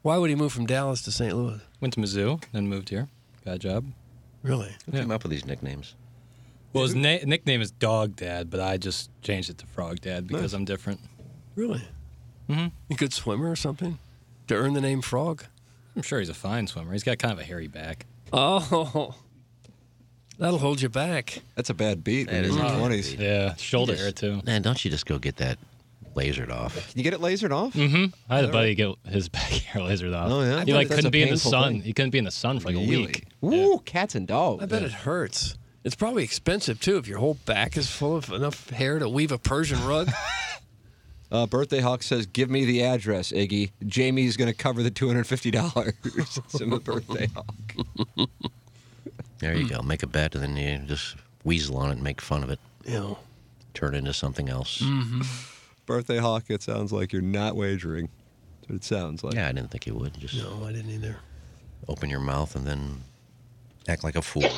Why would he move from Dallas to St. Louis?
Went to Mizzou, then moved here. Got a job.
Really?
Who came up with these nicknames?
Well, his na- nickname is Dog Dad, but I just changed it to Frog Dad because I'm different.
Really? Mm-hmm. You good swimmer or something to earn the name Frog?
I'm sure he's a fine swimmer. He's got kind of a hairy back.
Oh, that'll hold you back.
That's a bad beat
That
in
is
your
a bad
20s.
beat.
Yeah, shoulder hair
Just-
too.
Man, don't you just go get that lasered off?
Can you get it lasered off?
I had a buddy get his back hair lasered off.
Oh, yeah? I
he
bet
like
that's a
couldn't be in the
painful
sun.
thing.
He couldn't be in the sun for like a
Really?
week.
Ooh, cats and dogs.
I bet it hurts. It's probably expensive too if your whole back is full of enough hair to weave a Persian rug.
Uh, Birthday Hawk says, "Give me the address, Iggy. Jamie's going to cover the two hundred fifty dollars." Send the Birthday Hawk.
There you go. Make a bet, and then you just weasel on it and make fun of it.
Ew.
Turn it into something else.
Mm-hmm. Birthday Hawk. It sounds like you're not wagering. That's what it sounds like.
Yeah, I didn't think you would. Just
no, Oh, I didn't either.
Open your mouth and then act like a fool.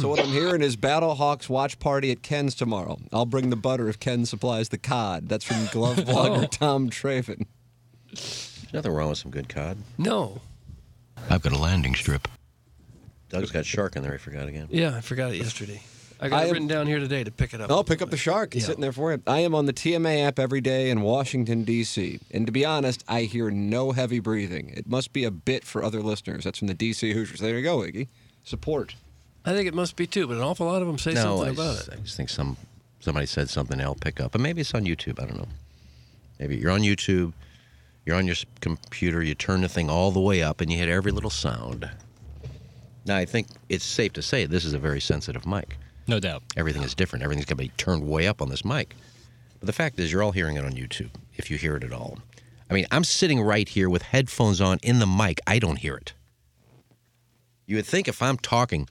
So what I'm hearing is Battle Hawks watch party at Ken's tomorrow. I'll bring the butter if Ken supplies the cod. That's from glove blogger
Oh.
Tom Traven.
There's nothing wrong with some good cod.
No.
I've got a landing strip. Doug's got shark in there. I forgot again.
Yeah, I forgot it yesterday. I
I
got it
am-
written down here today to pick it up.
Oh, pick up the shark. It's
Yeah.
sitting there for you. I am on the TMA app every day in Washington, D.C. And to be honest, I hear no heavy breathing. It must be a bit for other listeners. That's from the D.C. Hoosiers. There you go, Iggy. Support.
I think it must be too, but an awful lot of them say
no,
something
I
about
just,
it.
I just think some somebody said something I'll pick up, but maybe it's on YouTube. I don't know. Maybe you're on YouTube, you're on your s- computer, you turn the thing all the way up, and you hit every little sound. Now I think it's safe to say this is a very sensitive mic.
No doubt.
Everything is different. Everything's going to be turned way up on this mic. But the fact is, you're all hearing it on YouTube if you hear it at all. I mean, I'm sitting right here with headphones on in the mic. I don't hear it. You would think if I'm talking,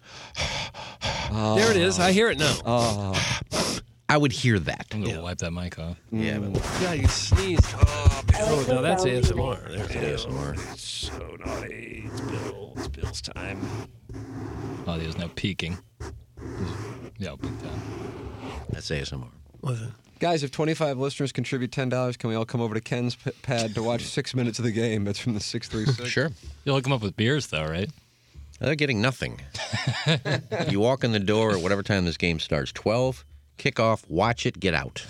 There it is. I hear it now.
Oh. I would hear that.
I'm gonna wipe that mic off.
Yeah,
Mm.
Yeah, you sneezed. Oh, Bill. No, that's ASMR. There it is.
So naughty. It's Bill. It's Bill's time. Oh, there's no peeking. Yeah, big time.
That's ASMR.
Guys, if 25 listeners contribute $10, can we all come over to Ken's p- pad to watch six minutes of the game? That's from the 636.
Sure.
You'll hook them up with beers, though, right?
They're getting nothing. you walk in the door at whatever time this game starts 12, kick off, watch it, get out.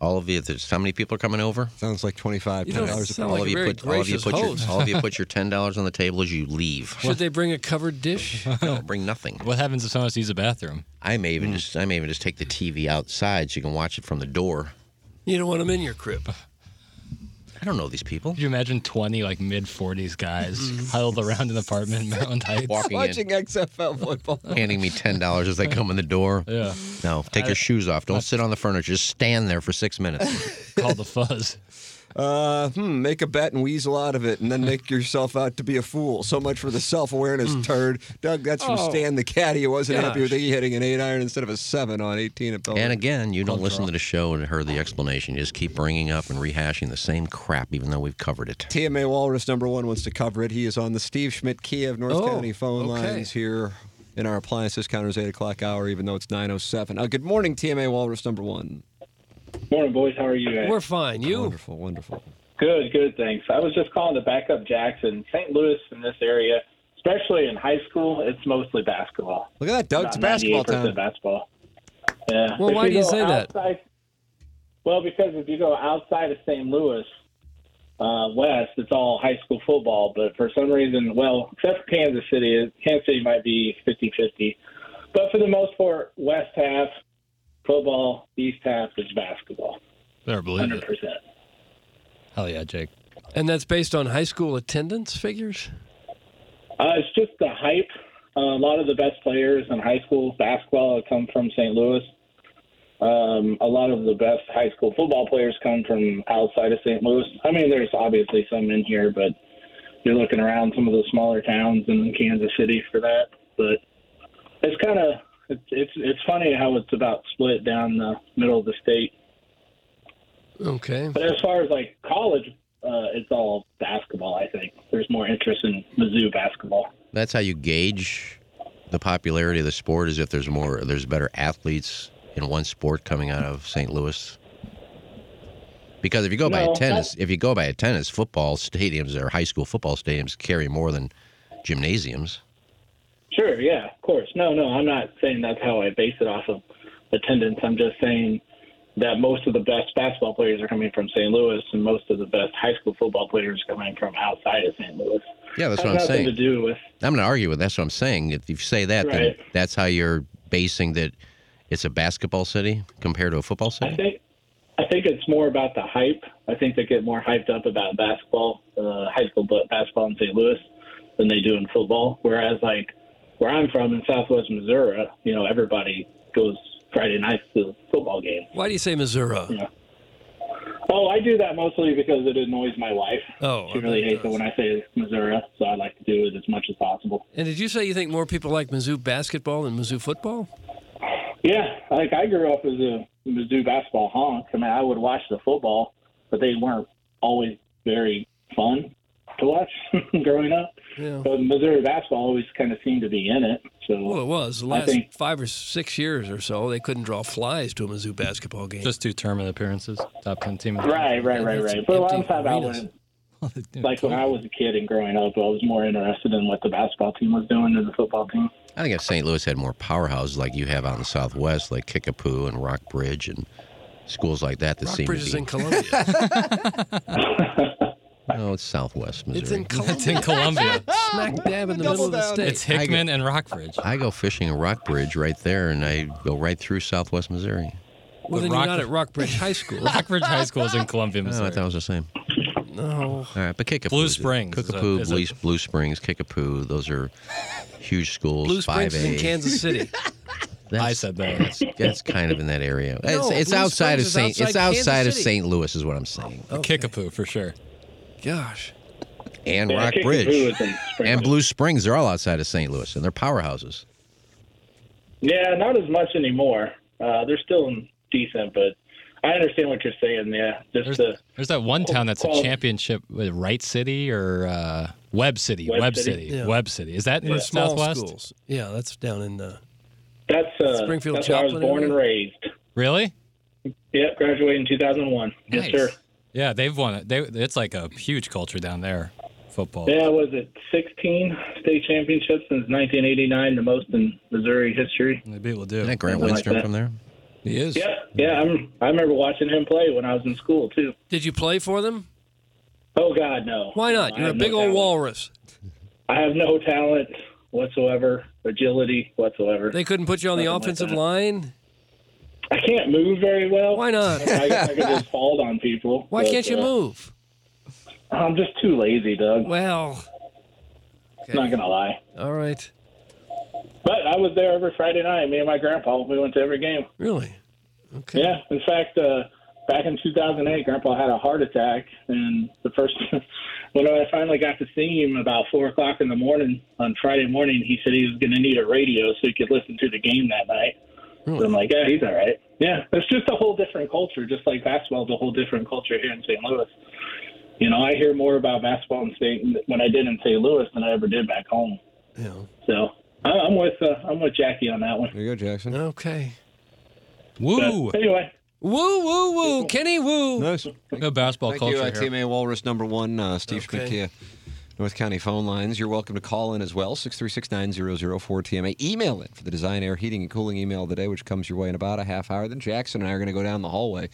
All of you, there's how many people are coming over?
Sounds like 25,
You don't $10 a sound
all,
like
of
a
you
very
put, all of you
gracious
put your,
host.
all of you put your $10 on the table as you leave.
Should they bring a covered dish?
No, bring nothing.
What happens if someone has to use a bathroom?
I may
Hmm.
even just I may even just take the TV outside so you can watch it from the door.
You don't want them in your crib.
I don't know these people.
Could you imagine 20 like mid 40s guys huddled around an apartment in Mountain Heights?
Walking in. Watching
XFL football.
handing me ten dollars as they come in the door.
Yeah.
No, take
I-
your shoes off. Don't sit on the furniture. Just stand there for six minutes.
Call the fuzz.
Uh, hmm, make a bet and weasel out of it, and then make yourself out to be a fool. So much for the self awareness turd. Doug, that's from
Oh.
Stan the Caddy. He wasn't happy with
Hmm. Gosh.
he hitting an eight iron instead of a seven on 18 at Belmont.
And again, you don't listen to the show and heard the explanation. You just keep bringing up and rehashing the same crap, even though we've covered it.
TMA Walrus number one wants to cover it. He is on the Steve Schmidt Kiev North
Oh,
County phone
okay.
lines here in our appliances counters eight o'clock hour, even though it's 907. Uh, good morning, TMA Walrus number one.
Morning, boys. How are you guys?
We're fine. You?
Wonderful, wonderful.
Good, good. Thanks. I was just calling to back up Jackson, St. Louis, in this area, especially in high school. It's mostly basketball.
Look at that, Doug. It's
About
basketball
98%
time.
Basketball. Yeah.
Well,
If
why do you
go
say that?
outside- Well, because if you go outside of St. Louis uh, west, it's all high school football. But for some reason, well, except for Kansas City, it- Kansas City might be 50-50. But for the most part, west half football, east half is basketball.
Better believe it.
100%.
Hell yeah, Jake.
And that's based on high school attendance figures?
Uh, it's just the hype. Uh, a lot of the best players in high school basketball have come from St. Louis. Um, a lot of the best high school football players come from outside of St. Louis. I mean, there's obviously some in here, but you're looking around some of the smaller towns in Kansas City for that. But it's kind of it's, it's it's funny how it's about split down the middle of the state.
Okay.
But as far as like college, uh, it's all basketball. I think there's more interest in Mizzou basketball.
That's how you gauge the popularity of the sport. Is if there's more, there's better athletes in one sport coming out of St. Louis. Because if you go by
No,
attendance, if you go by attendance, football stadiums or high school football stadiums carry more than gymnasiums.
Sure, yeah, of course. No, no, I'm not saying that's how I base it off of attendance. I'm just saying that most of the best basketball players are coming from St. Louis, and most of the best high school football players are coming from outside of St. Louis.
Yeah, that's
Has
what I'm
nothing
saying.
to do with
I'm going to argue with that's what I'm saying. If you say that, then
Right.
that's how you're basing that it's a basketball city compared to a football
I
city.
think I think it's more about the hype. I think they get more hyped up about basketball, uh, high school bu- basketball in St. Louis, than they do in football. Whereas like where I'm from in Southwest Missouri, you know, everybody goes Friday nights to football games.
Why do you say Missouri?
Oh, I do that mostly because it annoys my wife.
Oh,
she
I
really
bet it
hates it when I say Missouri, so I like to do it as much as possible.
And did you say you think more people like Mizzou basketball than Mizzou football?
Yeah, like I grew up as a Mizzou basketball honk. I mean, I would watch the football, but they weren't always very fun to watch growing up.
Yeah.
But Missouri basketball always kind of seemed to be in it. So
Well, it was the
I
last
think
five or six years or so. They couldn't draw flies to a Mizzou basketball game.
Just two tournament appearances, top ten team.
right, right, right, right. But what I'm talking about when, like when I was a kid and growing up, I was more interested in what the basketball team was doing than the football team.
I think if St. Louis had more powerhouses like you have out in the Southwest, like Kickapoo and Rockbridge and schools like that, that seem to
Rockbridge is
be.
in Columbia.
no, it's Southwest Missouri.
it's in Columbia.
It's in Columbia.
Smack dab in the
Double
middle of the
down.
state.
It's Hickman and Rockbridge.
I go fishing in Rockbridge right there, and I go right through Southwest Missouri.
Well, then
Rock-
you're not at Rockbridge High School.
Rockbridge High School is in Columbia,
No, I
Missouri.
thought it was the same.
No.
All right, Uh, but Kickapoo.
Blue
is it-
Springs is a-
Kickapoo,
is a-
Blue, Blue Springs, Kickapoo. Those are huge schools.
Blue Springs
5A.
is in Kansas City.
I said that. That's, that's kind of in that area.
No,
it's it's
Blue
outside
Springs
of
is
Saint. It's
outside Kansas
outside of
City.
Saint Louis, is what I'm saying.
Okay.
Kickapoo for sure.
Gosh.
And
Yeah,
Rock
Kickapoo
Bridge
is in
and
Springfield.
Blue Springs are all outside of Saint Louis, and they're powerhouses.
Yeah, not as much anymore. Uh, they're still decent, but I understand what you're saying. Yeah, just the
There's that one town that's a
Well-
championship, with Wright City or uh, Web City.
Web
Web,
City.
City.
Yeah.
Web City. Is that in
Yeah.
the
Small
Southwest?
schools. Yeah, that's down in uh,
that's uh,
Springfield,
That's where I was
Joplin
born
area?
and raised.
Really?
Yep, graduated in 2001. Yes,
Nice.
sir.
Yeah, they've won it. They, it's like a huge culture down there, football.
Yeah, was it 16 state championships since 1989, the most in Missouri history.
Maybe it will do.
Isn't that Grant
Something like
Winston
that.
from there?
He is.
Yeah, yeah. I'm, I remember watching him play when I was in school too.
Did you play for them?
Oh God, no.
Why not?
I
You're a
have
big
no
old
talent.
walrus.
I have no talent whatsoever, agility whatsoever.
They couldn't put you on the
Nothing like
offensive
that.
line.
I can't move very well.
Why not?
I, guess I could just fall on people.
Why
but,
can't you
uh,
move?
I'm just too lazy, Doug.
Well, okay.
Not gonna lie.
all right.
But I was there every Friday night. Me and my grandpa, we went to every game.
Really?
Yeah. In fact, uh, back in 2008, Grandpa had a heart attack, and the first when I finally got to see him about four o'clock in the morning on Friday morning, he said he was going to need a radio so he could listen to the game that night. So I'm like, yeah, he's all right. Yeah, it's just a whole different culture. Just like basketball's a whole different culture here in St. Louis. You know, I hear more about basketball in St. when I did in St. Louis than I ever did back home.
Yeah.
So I- I'm with uh, I'm with Jackie on that one.
There you go, Jackson.
Okay.
Woo.
But anyway,
Woo, woo, woo. Kenny, woo.
Nice.
No basketball
Thank
culture
you, uh,
here.
Team A Walrus number one, uh, Steve
Okay.
Schmidt Kia, North County phone lines. You're welcome to call in as well, 636-9004-TMA. Email in for the Design Air Heating and Cooling email of the day, which comes your way in about a half hour. Then Jackson and I are going to go down the hallway.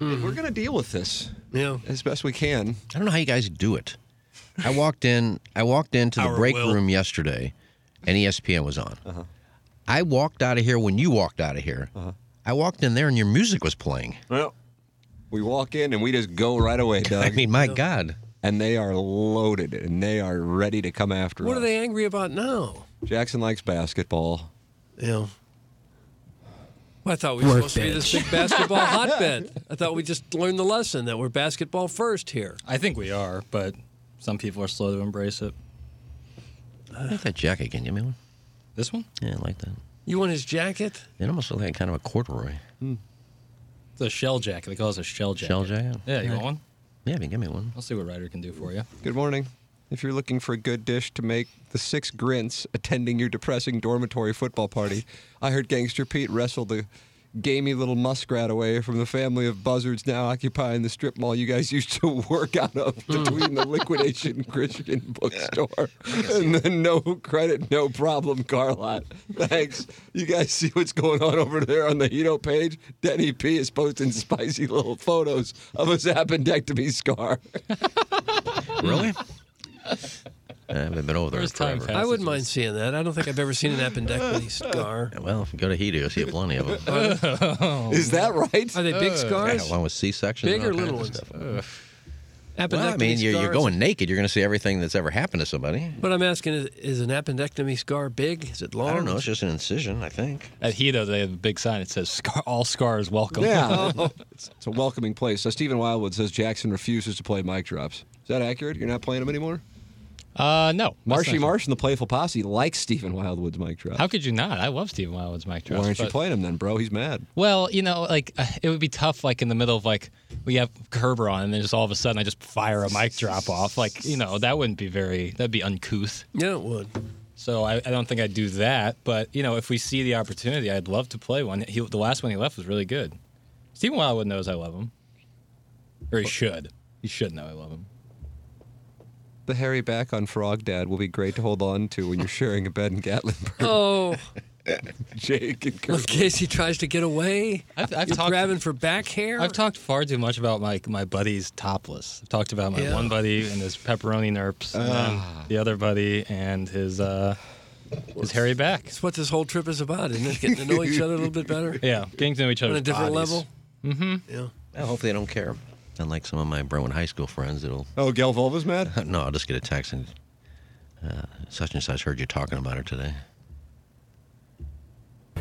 And We're going to deal with this
Yeah.
as best we can.
Hmm. I don't know how you guys do it. I walked in. I walked into the
Our
break
will.
room yesterday, and E ESPN was on.
Uh-huh.
I walked out of here when you walked out of here. I walked in there, and your music was playing.
Well, we walk in and we just go right away, Doug.
I mean, my God.
and they are loaded and they are ready to come after
What
us.
are they angry about now?
Jackson likes basketball.
Yeah. Well, I thought we were supposed to be this big basketball hotbed. I thought we just learned the lesson that we're basketball first here.
I think we are, but some people are slow to embrace it.
I like that jacket. Can you give me one?
This one?
Yeah, I like that.
You want his jacket?
It almost looked like kind of a corduroy.
It's a shell jacket. They call it a shell jacket.
Shell jacket?
Yeah, you want one?
Yeah, I mean, give me one.
I'll see what Ryder can do for you.
Good morning. If you're looking for a good dish to make the six grints attending your depressing dormitory football party, I heard Gangster Pete wrestle the gamey little muskrat away from the family of buzzards now occupying the strip mall you guys used to work out of between the liquidation Christian bookstore and the no credit, no problem car lot. Thanks. You guys see what's going on over there on the Hito page? Denny P is posting spicy little photos of his appendectomy scar.
Really? Uh, I haven't been over there in
First time
forever.
I wouldn't mind seeing that. I don't think I've ever seen an appendectomy scar.
Well, if you go to Hedo, you'll see plenty of them.
Is that right?
Oh. Are they big
Yeah,
scars?
along with C sections.
Big
and all
or little
kinds
ones?
of stuff. Well, I mean, you're, you're going naked. You're going to see everything that's ever happened to somebody.
But I'm asking, is, is an appendectomy scar big? Is it long?
I don't know. It's just an incision, I think.
At Hito, they have a big sign. It says scar, "All scars welcome."
Yeah,
Oh.
it's, it's a welcoming place. So Stephen Wildwood says Jackson refuses to play mic drops. Is that accurate? You're not playing them anymore.
Uh, no.
Marshy Marsh and the Playful Posse likes Stephen Wildwood's mic drops.
How could you not? I love Stephen Wildwood's mic drops.
Why aren't you
but-
playing him then, bro? He's mad.
Well, you know, like uh, it would be tough, like in the middle of like we have Kerber on, and then just all of a sudden I just fire a mic drop off. Like you know, that wouldn't be very. That'd be uncouth.
Yeah, it would.
So I, I don't think I'd do that. But you know, if we see the opportunity, I'd love to play one. He, the last one he left was really good. Stephen Wildwood knows I love him, or he should. He should know I love him.
The hairy back on Frog Dad will be great to hold on to when you're sharing a bed in Gatlinburg.
Oh,
Jake and
in
Kirby.
case he tries to get away,
I've, I've
you're
talked-
grabbing for back hair.
I've talked far too much about my my buddies topless. I've talked about my
Yeah.
one buddy and his pepperoni nerps, and then
Ah.
the other buddy and his uh, his hairy back. That's
what this whole trip is about, isn't it? Getting to know each other a little bit better.
Yeah, getting to know each
On
other
a different level. Mm-hmm. Yeah.
Well, hopefully, I don't care. Unlike some of my Berwyn High School friends, it'll.
Oh, Gail Volva's mad?
no, I'll just get a text and uh, such and such heard you talking about her today.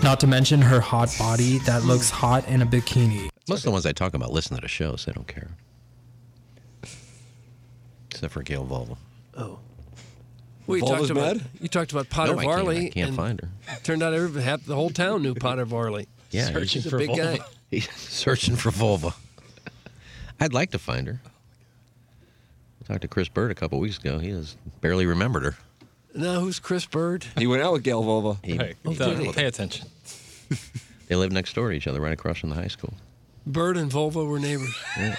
Not to mention her hot body that looks hot in a bikini.
Most of the ones I talk about listen to the show, so I don't care. Except for Gail Volvo.
Well, you
Volva's
talked about
mad?
you talked about Potter
No, I can't- I
Varley.
can't
and
find her.
it Turned out every half, the whole town knew Potter Varley.
Yeah,
he's a big guy.
He's searching for Volva. I'd like to find her. I talked to Chris Bird a couple weeks ago. He has barely remembered her.
Now who's Chris Bird?
He went out with Gail Volva.
Hey, don't pay
attention.
oh, They live next door to each other, right across from the high school.
Bird and Volvo were neighbors.
Yeah.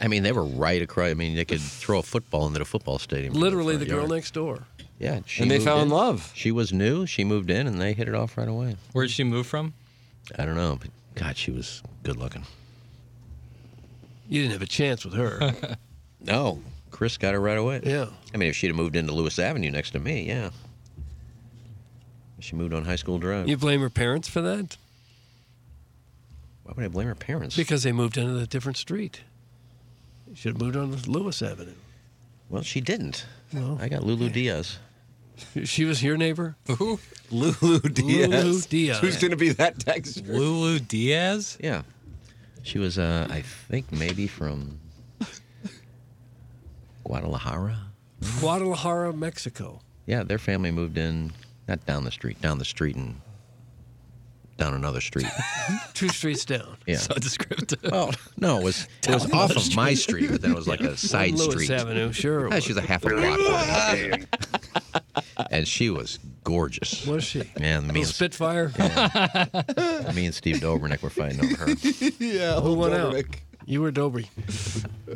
I mean, they were right across. I mean, they could throw a football into the football stadium. from their
Literally the
front
girl
yard.
next door.
Yeah, she
And they
moved
fell
in
in love.
She was new. She moved in, and they hit it off right away.
Where did she move from?
I don't know, but God, she was good looking.
You didn't have a chance with her.
No, Chris got her right away.
Yeah.
I mean, if she'd have moved into Lewis Avenue next to me, yeah. She moved on High School Drive.
you blame her parents for that?
Why would I blame her parents?
Because they moved into a different street. Should have moved on to Lewis Avenue. Oh.
Well, she didn't. I got Lulu Diaz.
She was your neighbor?
Who?
Lulu
Diaz. Lulu Diaz. Who's gonna
be that texter?
Lulu Diaz?
Yeah. She was, uh, I think, maybe from Guadalajara.
Guadalajara, Mexico.
Yeah, their family moved in, not down the street, down the street and down another street.
Two streets down.
Yeah.
So descriptive.
Oh no, it was it was
Down
off
another
of my
street.
street, but then it was like a side
Lewis
street.
Avenue, sure it
Yeah, she was a half a block. from me. and she was gorgeous.
Was she?
Man, me
Little
and,
Spitfire.
me and Steve Dobrenik were fighting over her.
yeah,
Who won out? You were Dobry.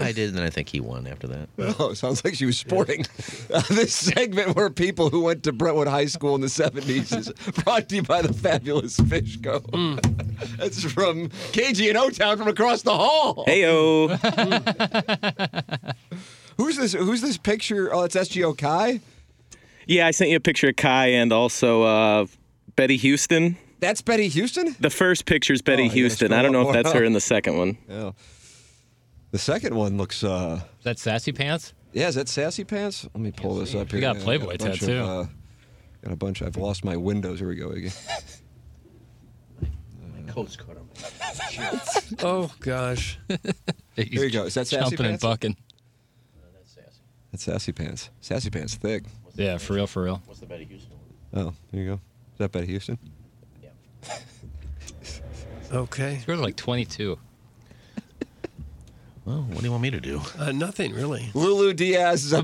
I did, and then I think he won after that.
Oh, sounds like she was sporting. Uh, this segment where people who went to Brentwood High School in the 70s is brought to you by the fabulous Fishco.
Hmm.
That's from KG and O Town from across the hall.
Heyo.
who's this Who's this picture? Oh, it's SGO Kai.
Yeah, I sent you a picture of Kai and also uh, Betty Houston.
That's Betty Houston? Oh,
The first picture's Betty Houston.
scroll
I don't know
up
if that's
more.
her in the second one.
Yeah. Oh. The second one looks. uh
Is that sassy pants?
Yeah, is that sassy pants? Let me pull this up
You
here.
got a
Yeah, I
Playboy
bunch
tattoo.
Of, uh, got a bunch. I've lost my windows. Here we go again.
My coat's caught on
Oh gosh.
Here you go. Is that sassy
Jumping and
pants?
bucking.
That's sassy pants. Sassy pants, thick.
Yeah, for real, for real.
What's the Betty Houston one?
Oh, there you go. Is that Betty Houston?
Okay.
It's really like 22.
Well, what do you want me to do?
Uh, nothing really.
Lulu Diaz is a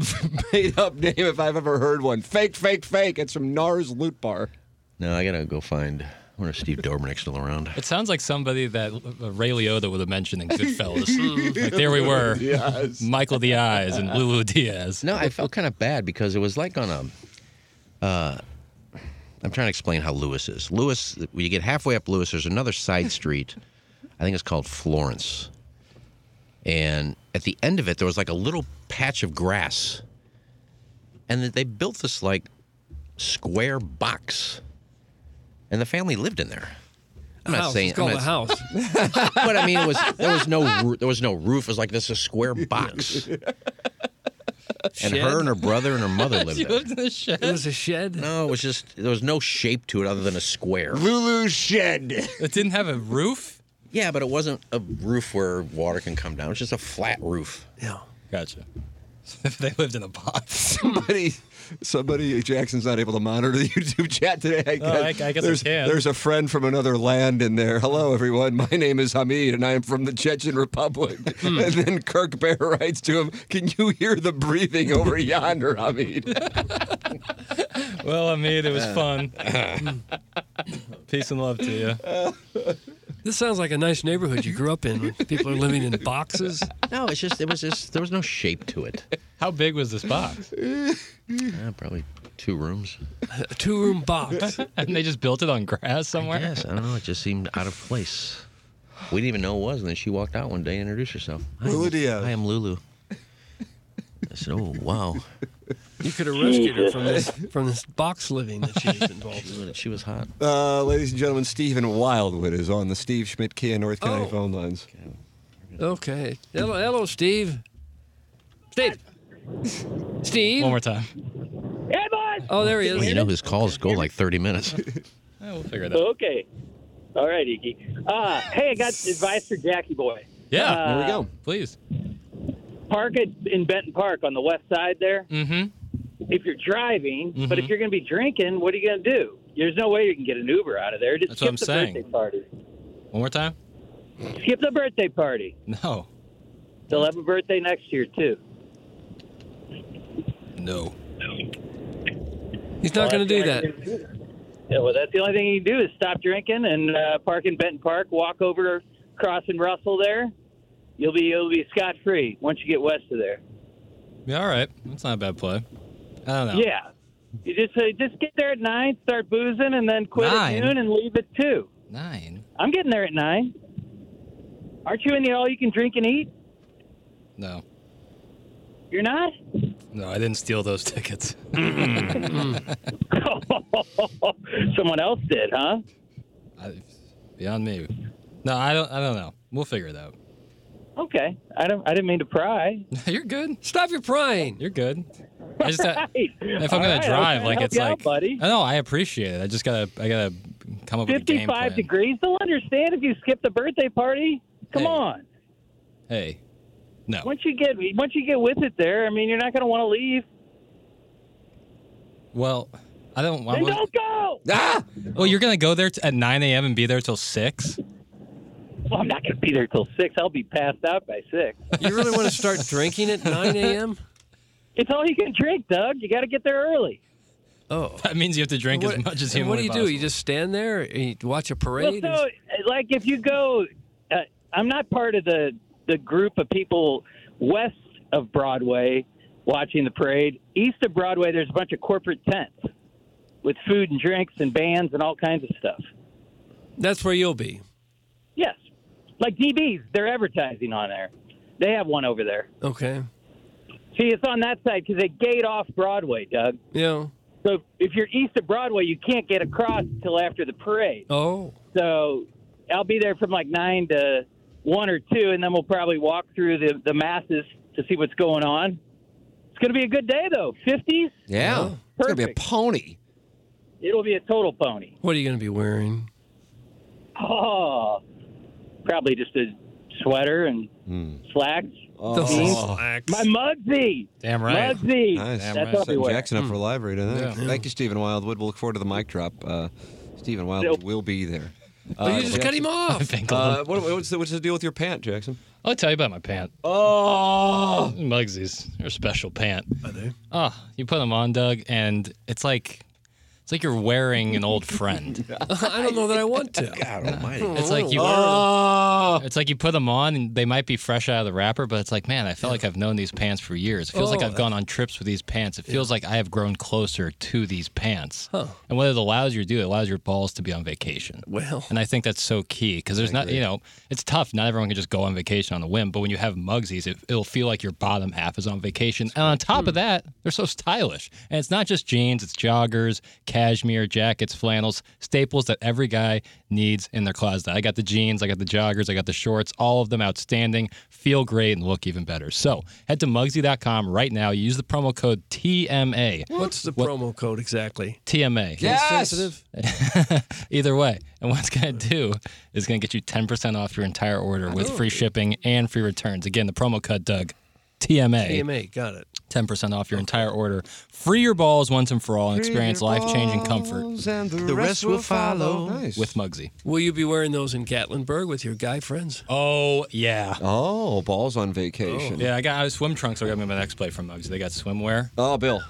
made up name if I've ever heard one. Fake, fake, fake. It's from NARS Loot Bar.
No, I gotta go find. I wonder if Steve Dobrnik's still around.
It sounds like somebody that uh, Ray Liotta would have mentioned in Goodfellas. like there we were,
Diaz.
Michael Diaz and Lulu Diaz.
No, I felt kind of bad because it was like on a. Uh, I'm trying to explain how Lewis is. Lewis, when you get halfway up Lewis, there's another side street. I think it's called Florence. And at the end of it, there was like a little patch of grass. And th- they built this like square box. And the family lived in there. I'm not
house.
saying
it's called
I'm
a
not-
house.
but I mean, it was there was no roo- there was no roof. It was like this a square box. And
Shed?
her and her brother and her mother lived
She
there.
lived in a shed. It was a shed.
No, it was just there was no shape to it other than a square.
Lulu's shed. It didn't have a roof.
Yeah, but it wasn't a roof where water can come down. It's just a flat roof.
Yeah.
Gotcha.
they lived in a box.
somebody, somebody, Jackson's not able to monitor the YouTube chat today. I
Oh, I- I guess I
there's,
can.
There's a friend from another land in there. Hello, everyone. My name is Hamid, and I am from the Chechen Republic.
Hmm.
and then Kirk Bear writes to him, "Can you hear the breathing over yonder, Hamid?"
Well, I mean, it was fun. Peace and love to you.
This sounds like a nice neighborhood you grew up in. People are living in boxes.
No, it's just it was just there was no shape to it.
How big was this box?
Yeah, probably two rooms.
A two-room box.
and they just built it on grass somewhere.
Yes, I don't know. It just seemed out of place. We didn't even know it was, and then she walked out one day and introduced herself. Hi,
Lulu Diaz.
Hi, I'm Lulu. I said, "Oh wow."
You could have rescued her from this from this box living that she was involved in.
She was hot.
Uh, ladies and gentlemen, Stephen Wildwood is on the Steve Schmidt Kia North
Oh.
County phone lines.
Okay. Hello, hello, Steve. Steve. Steve. One more
time.
Hey, boys.
Oh, there he is.
Well, you know his calls go like 30 minutes.
we'll figure
Okay. All right, Iggy. Uh, hey, I got advice for Jackie Boy.
Yeah,
Uh,
there we go. Please.
Park it in Benton Park on the west side there.
Mm-hmm.
If you're driving, but
Mhm.
if you're going to be drinking, what are you going to do? There's no way you can get an Uber out of there. Just
That's
skip
what
the
I'm saying.
birthday party.
One more time?
Skip the birthday party.
No.
They'll have a birthday next year too.
No.
He's not going to do that.
Yeah, well, that's the only thing you can do is stop drinking and uh, park in Benton Park. Walk over, cross and Russell there. You'll be you'll be scot free once you get west of there.
Yeah, all right. That's not a bad play. I don't know.
Yeah. You just uh, just get there at nine, start boozing, and then quit
Nine?
at noon and leave at two.
Nine.
I'm getting there at nine. Aren't you in the all you can drink and eat?
No.
You're not.
No, I didn't steal those tickets.
Mm. Someone else did, huh?
I, beyond me. No, I don't. I don't know. We'll figure it out.
Okay. I don't. I didn't mean to pry.
You're good.
Stop your prying.
You're good. I just
Right.
if
All
I'm gonna
right, I was trying
drive,
to
like
help
it's
you out,
like
buddy.
I know. I appreciate it. I just gotta. I gotta come up with a game plan.
Fifty-five degrees. They'll understand if you skip the birthday party. Come on.
Hey, no.
Once you get once you get with it there, I mean, you're not going to want to leave.
Well, I don't. I
Then
wasn't-
don't go.
Ah! Well, you're gonna go there t- at 9 a.m. and be there till six.
Well, I'm not gonna be there till six. I'll be passed out by six.
You really want to start drinking at 9 a.m.?
It's all you can drink, Doug. You got to get there early.
Oh.
That means you have to drink
What-
as much as
and
humanly
What do you
possible.
do? You just stand there and you watch a parade?
Well, so, like, if you go, uh, I'm not part of the the group of people west of Broadway watching the parade. East of Broadway, there's a bunch of corporate tents with food and drinks and bands and all kinds of stuff.
That's where you'll be.
Yes, like DB's, they're advertising on there. They have one over there.
Okay.
See, it's on that side because they gate off Broadway, Doug.
Yeah.
So if you're east of Broadway, you can't get across till after the parade.
Oh.
So I'll be there from like nine to one or two, and then we'll probably walk through the the masses to see what's going on. It's going to be a good day though. Fifties.
Yeah. It's gonna be a pony.
It'll be a total pony.
What are you going to be wearing?
Oh, probably just a sweater and slacks.
Hmm. Oh.
jeans.
Slacks.
My Mugsy.
Damn
right.
Mugsy.
Nice.
That's what I'll be
Setting
wearing.
Jackson up for a live read. I think.
Yeah.
Thank you, Stephen Wildwood. We'll look forward to the mic drop. Uh, Stephen Wildwood will be there.
But you just cut him off.
Uh, what, what's, the, what's the deal with your pant, Jackson?
I'll tell you about my pant. Oh, Muggsy's are a special pant. Are they? Oh, you put them on, Doug, and it's like it's like you're wearing an old friend.
I don't know that I want to.
God almighty.
It's like
Oh.
you. Oh. It's like you put them on, and they might be fresh out of the wrapper, but it's like, man, I feel like I've known these pants for years. It feels like
Oh,
I've gone on trips with these pants. It feels like I have grown closer to these pants. And what it allows you to do, it allows your balls to be on vacation.
Well.
and I think that's so key because there's not, you know, it's tough. Not everyone can just go on vacation on a whim, but when you have Mugsies, it, it'll feel like your bottom
Hmm.
half is on vacation. and on top of that, they're so stylish. And it's not just jeans; it's joggers, khakis, cashmere, jackets, flannels, staples that every guy needs in their closet. I got the jeans, I got the joggers, I got the shorts, all of them outstanding, feel great, and look even better. So head to Mugsy.com right now. Use the promo code TMA.
What's the promo code exactly?
TMA.
Case Yes! sensitive?
Either way. And what it's going to do is going to get you 10% off your entire order with
Oh.
free shipping and free returns. Again, the promo code, Doug, TMA.
TMA, got it.
10% off your entire order. Free your balls once and for all and experience life changing comfort
And the,
rest will follow.
with Muggsy.
Will you be wearing those in Gatlinburg with your guy friends?
Oh, yeah. Oh,
Oh, balls on vacation.
Yeah, I got I was swim trunks. I got my next play from Muggsy. They got swimwear.
Oh, Bill.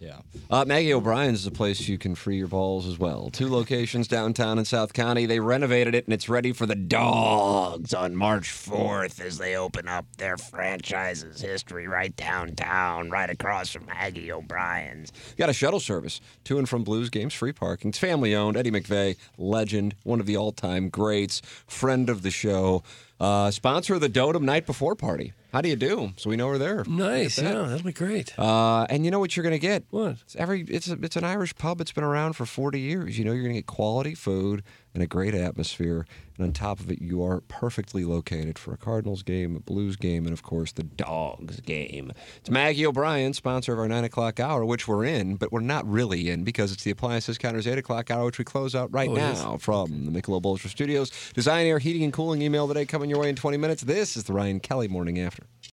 Yeah.
Uh, Maggie O'Brien's is a place you can free your balls as well. Two locations downtown in South County. They renovated it and it's ready for the dogs on March 4th as they open up their franchise's history right downtown, right across from Maggie O'Brien's. Got a shuttle service to and from Blues games, free parking. It's family owned. Eddie McVeigh, legend, one of the all time greats, friend of the show, uh, sponsor of the Dotem Night Before Party. How do you do? So we know we're there.
Nice.
Look at that.
Yeah, that'll be great.
Uh, and you know what you're going to get?
What?
It's every it's a, it's an Irish pub. It's been around for 40 years. You know you're going to get quality food and a great atmosphere, and on top of it, you are perfectly located for a Cardinals game, a Blues game, and of course the Dogs game. It's Maggie O'Brien, sponsor of our nine o'clock hour, which we're in, but we're not really in because it's the Appliance Discounters eight o'clock hour, which we close out right
Oh, it is.
now from the Michelob Ultra Studios. Design, air, heating, and cooling. Email today coming your way in 20 minutes. This is the Ryan Kelly Morning After.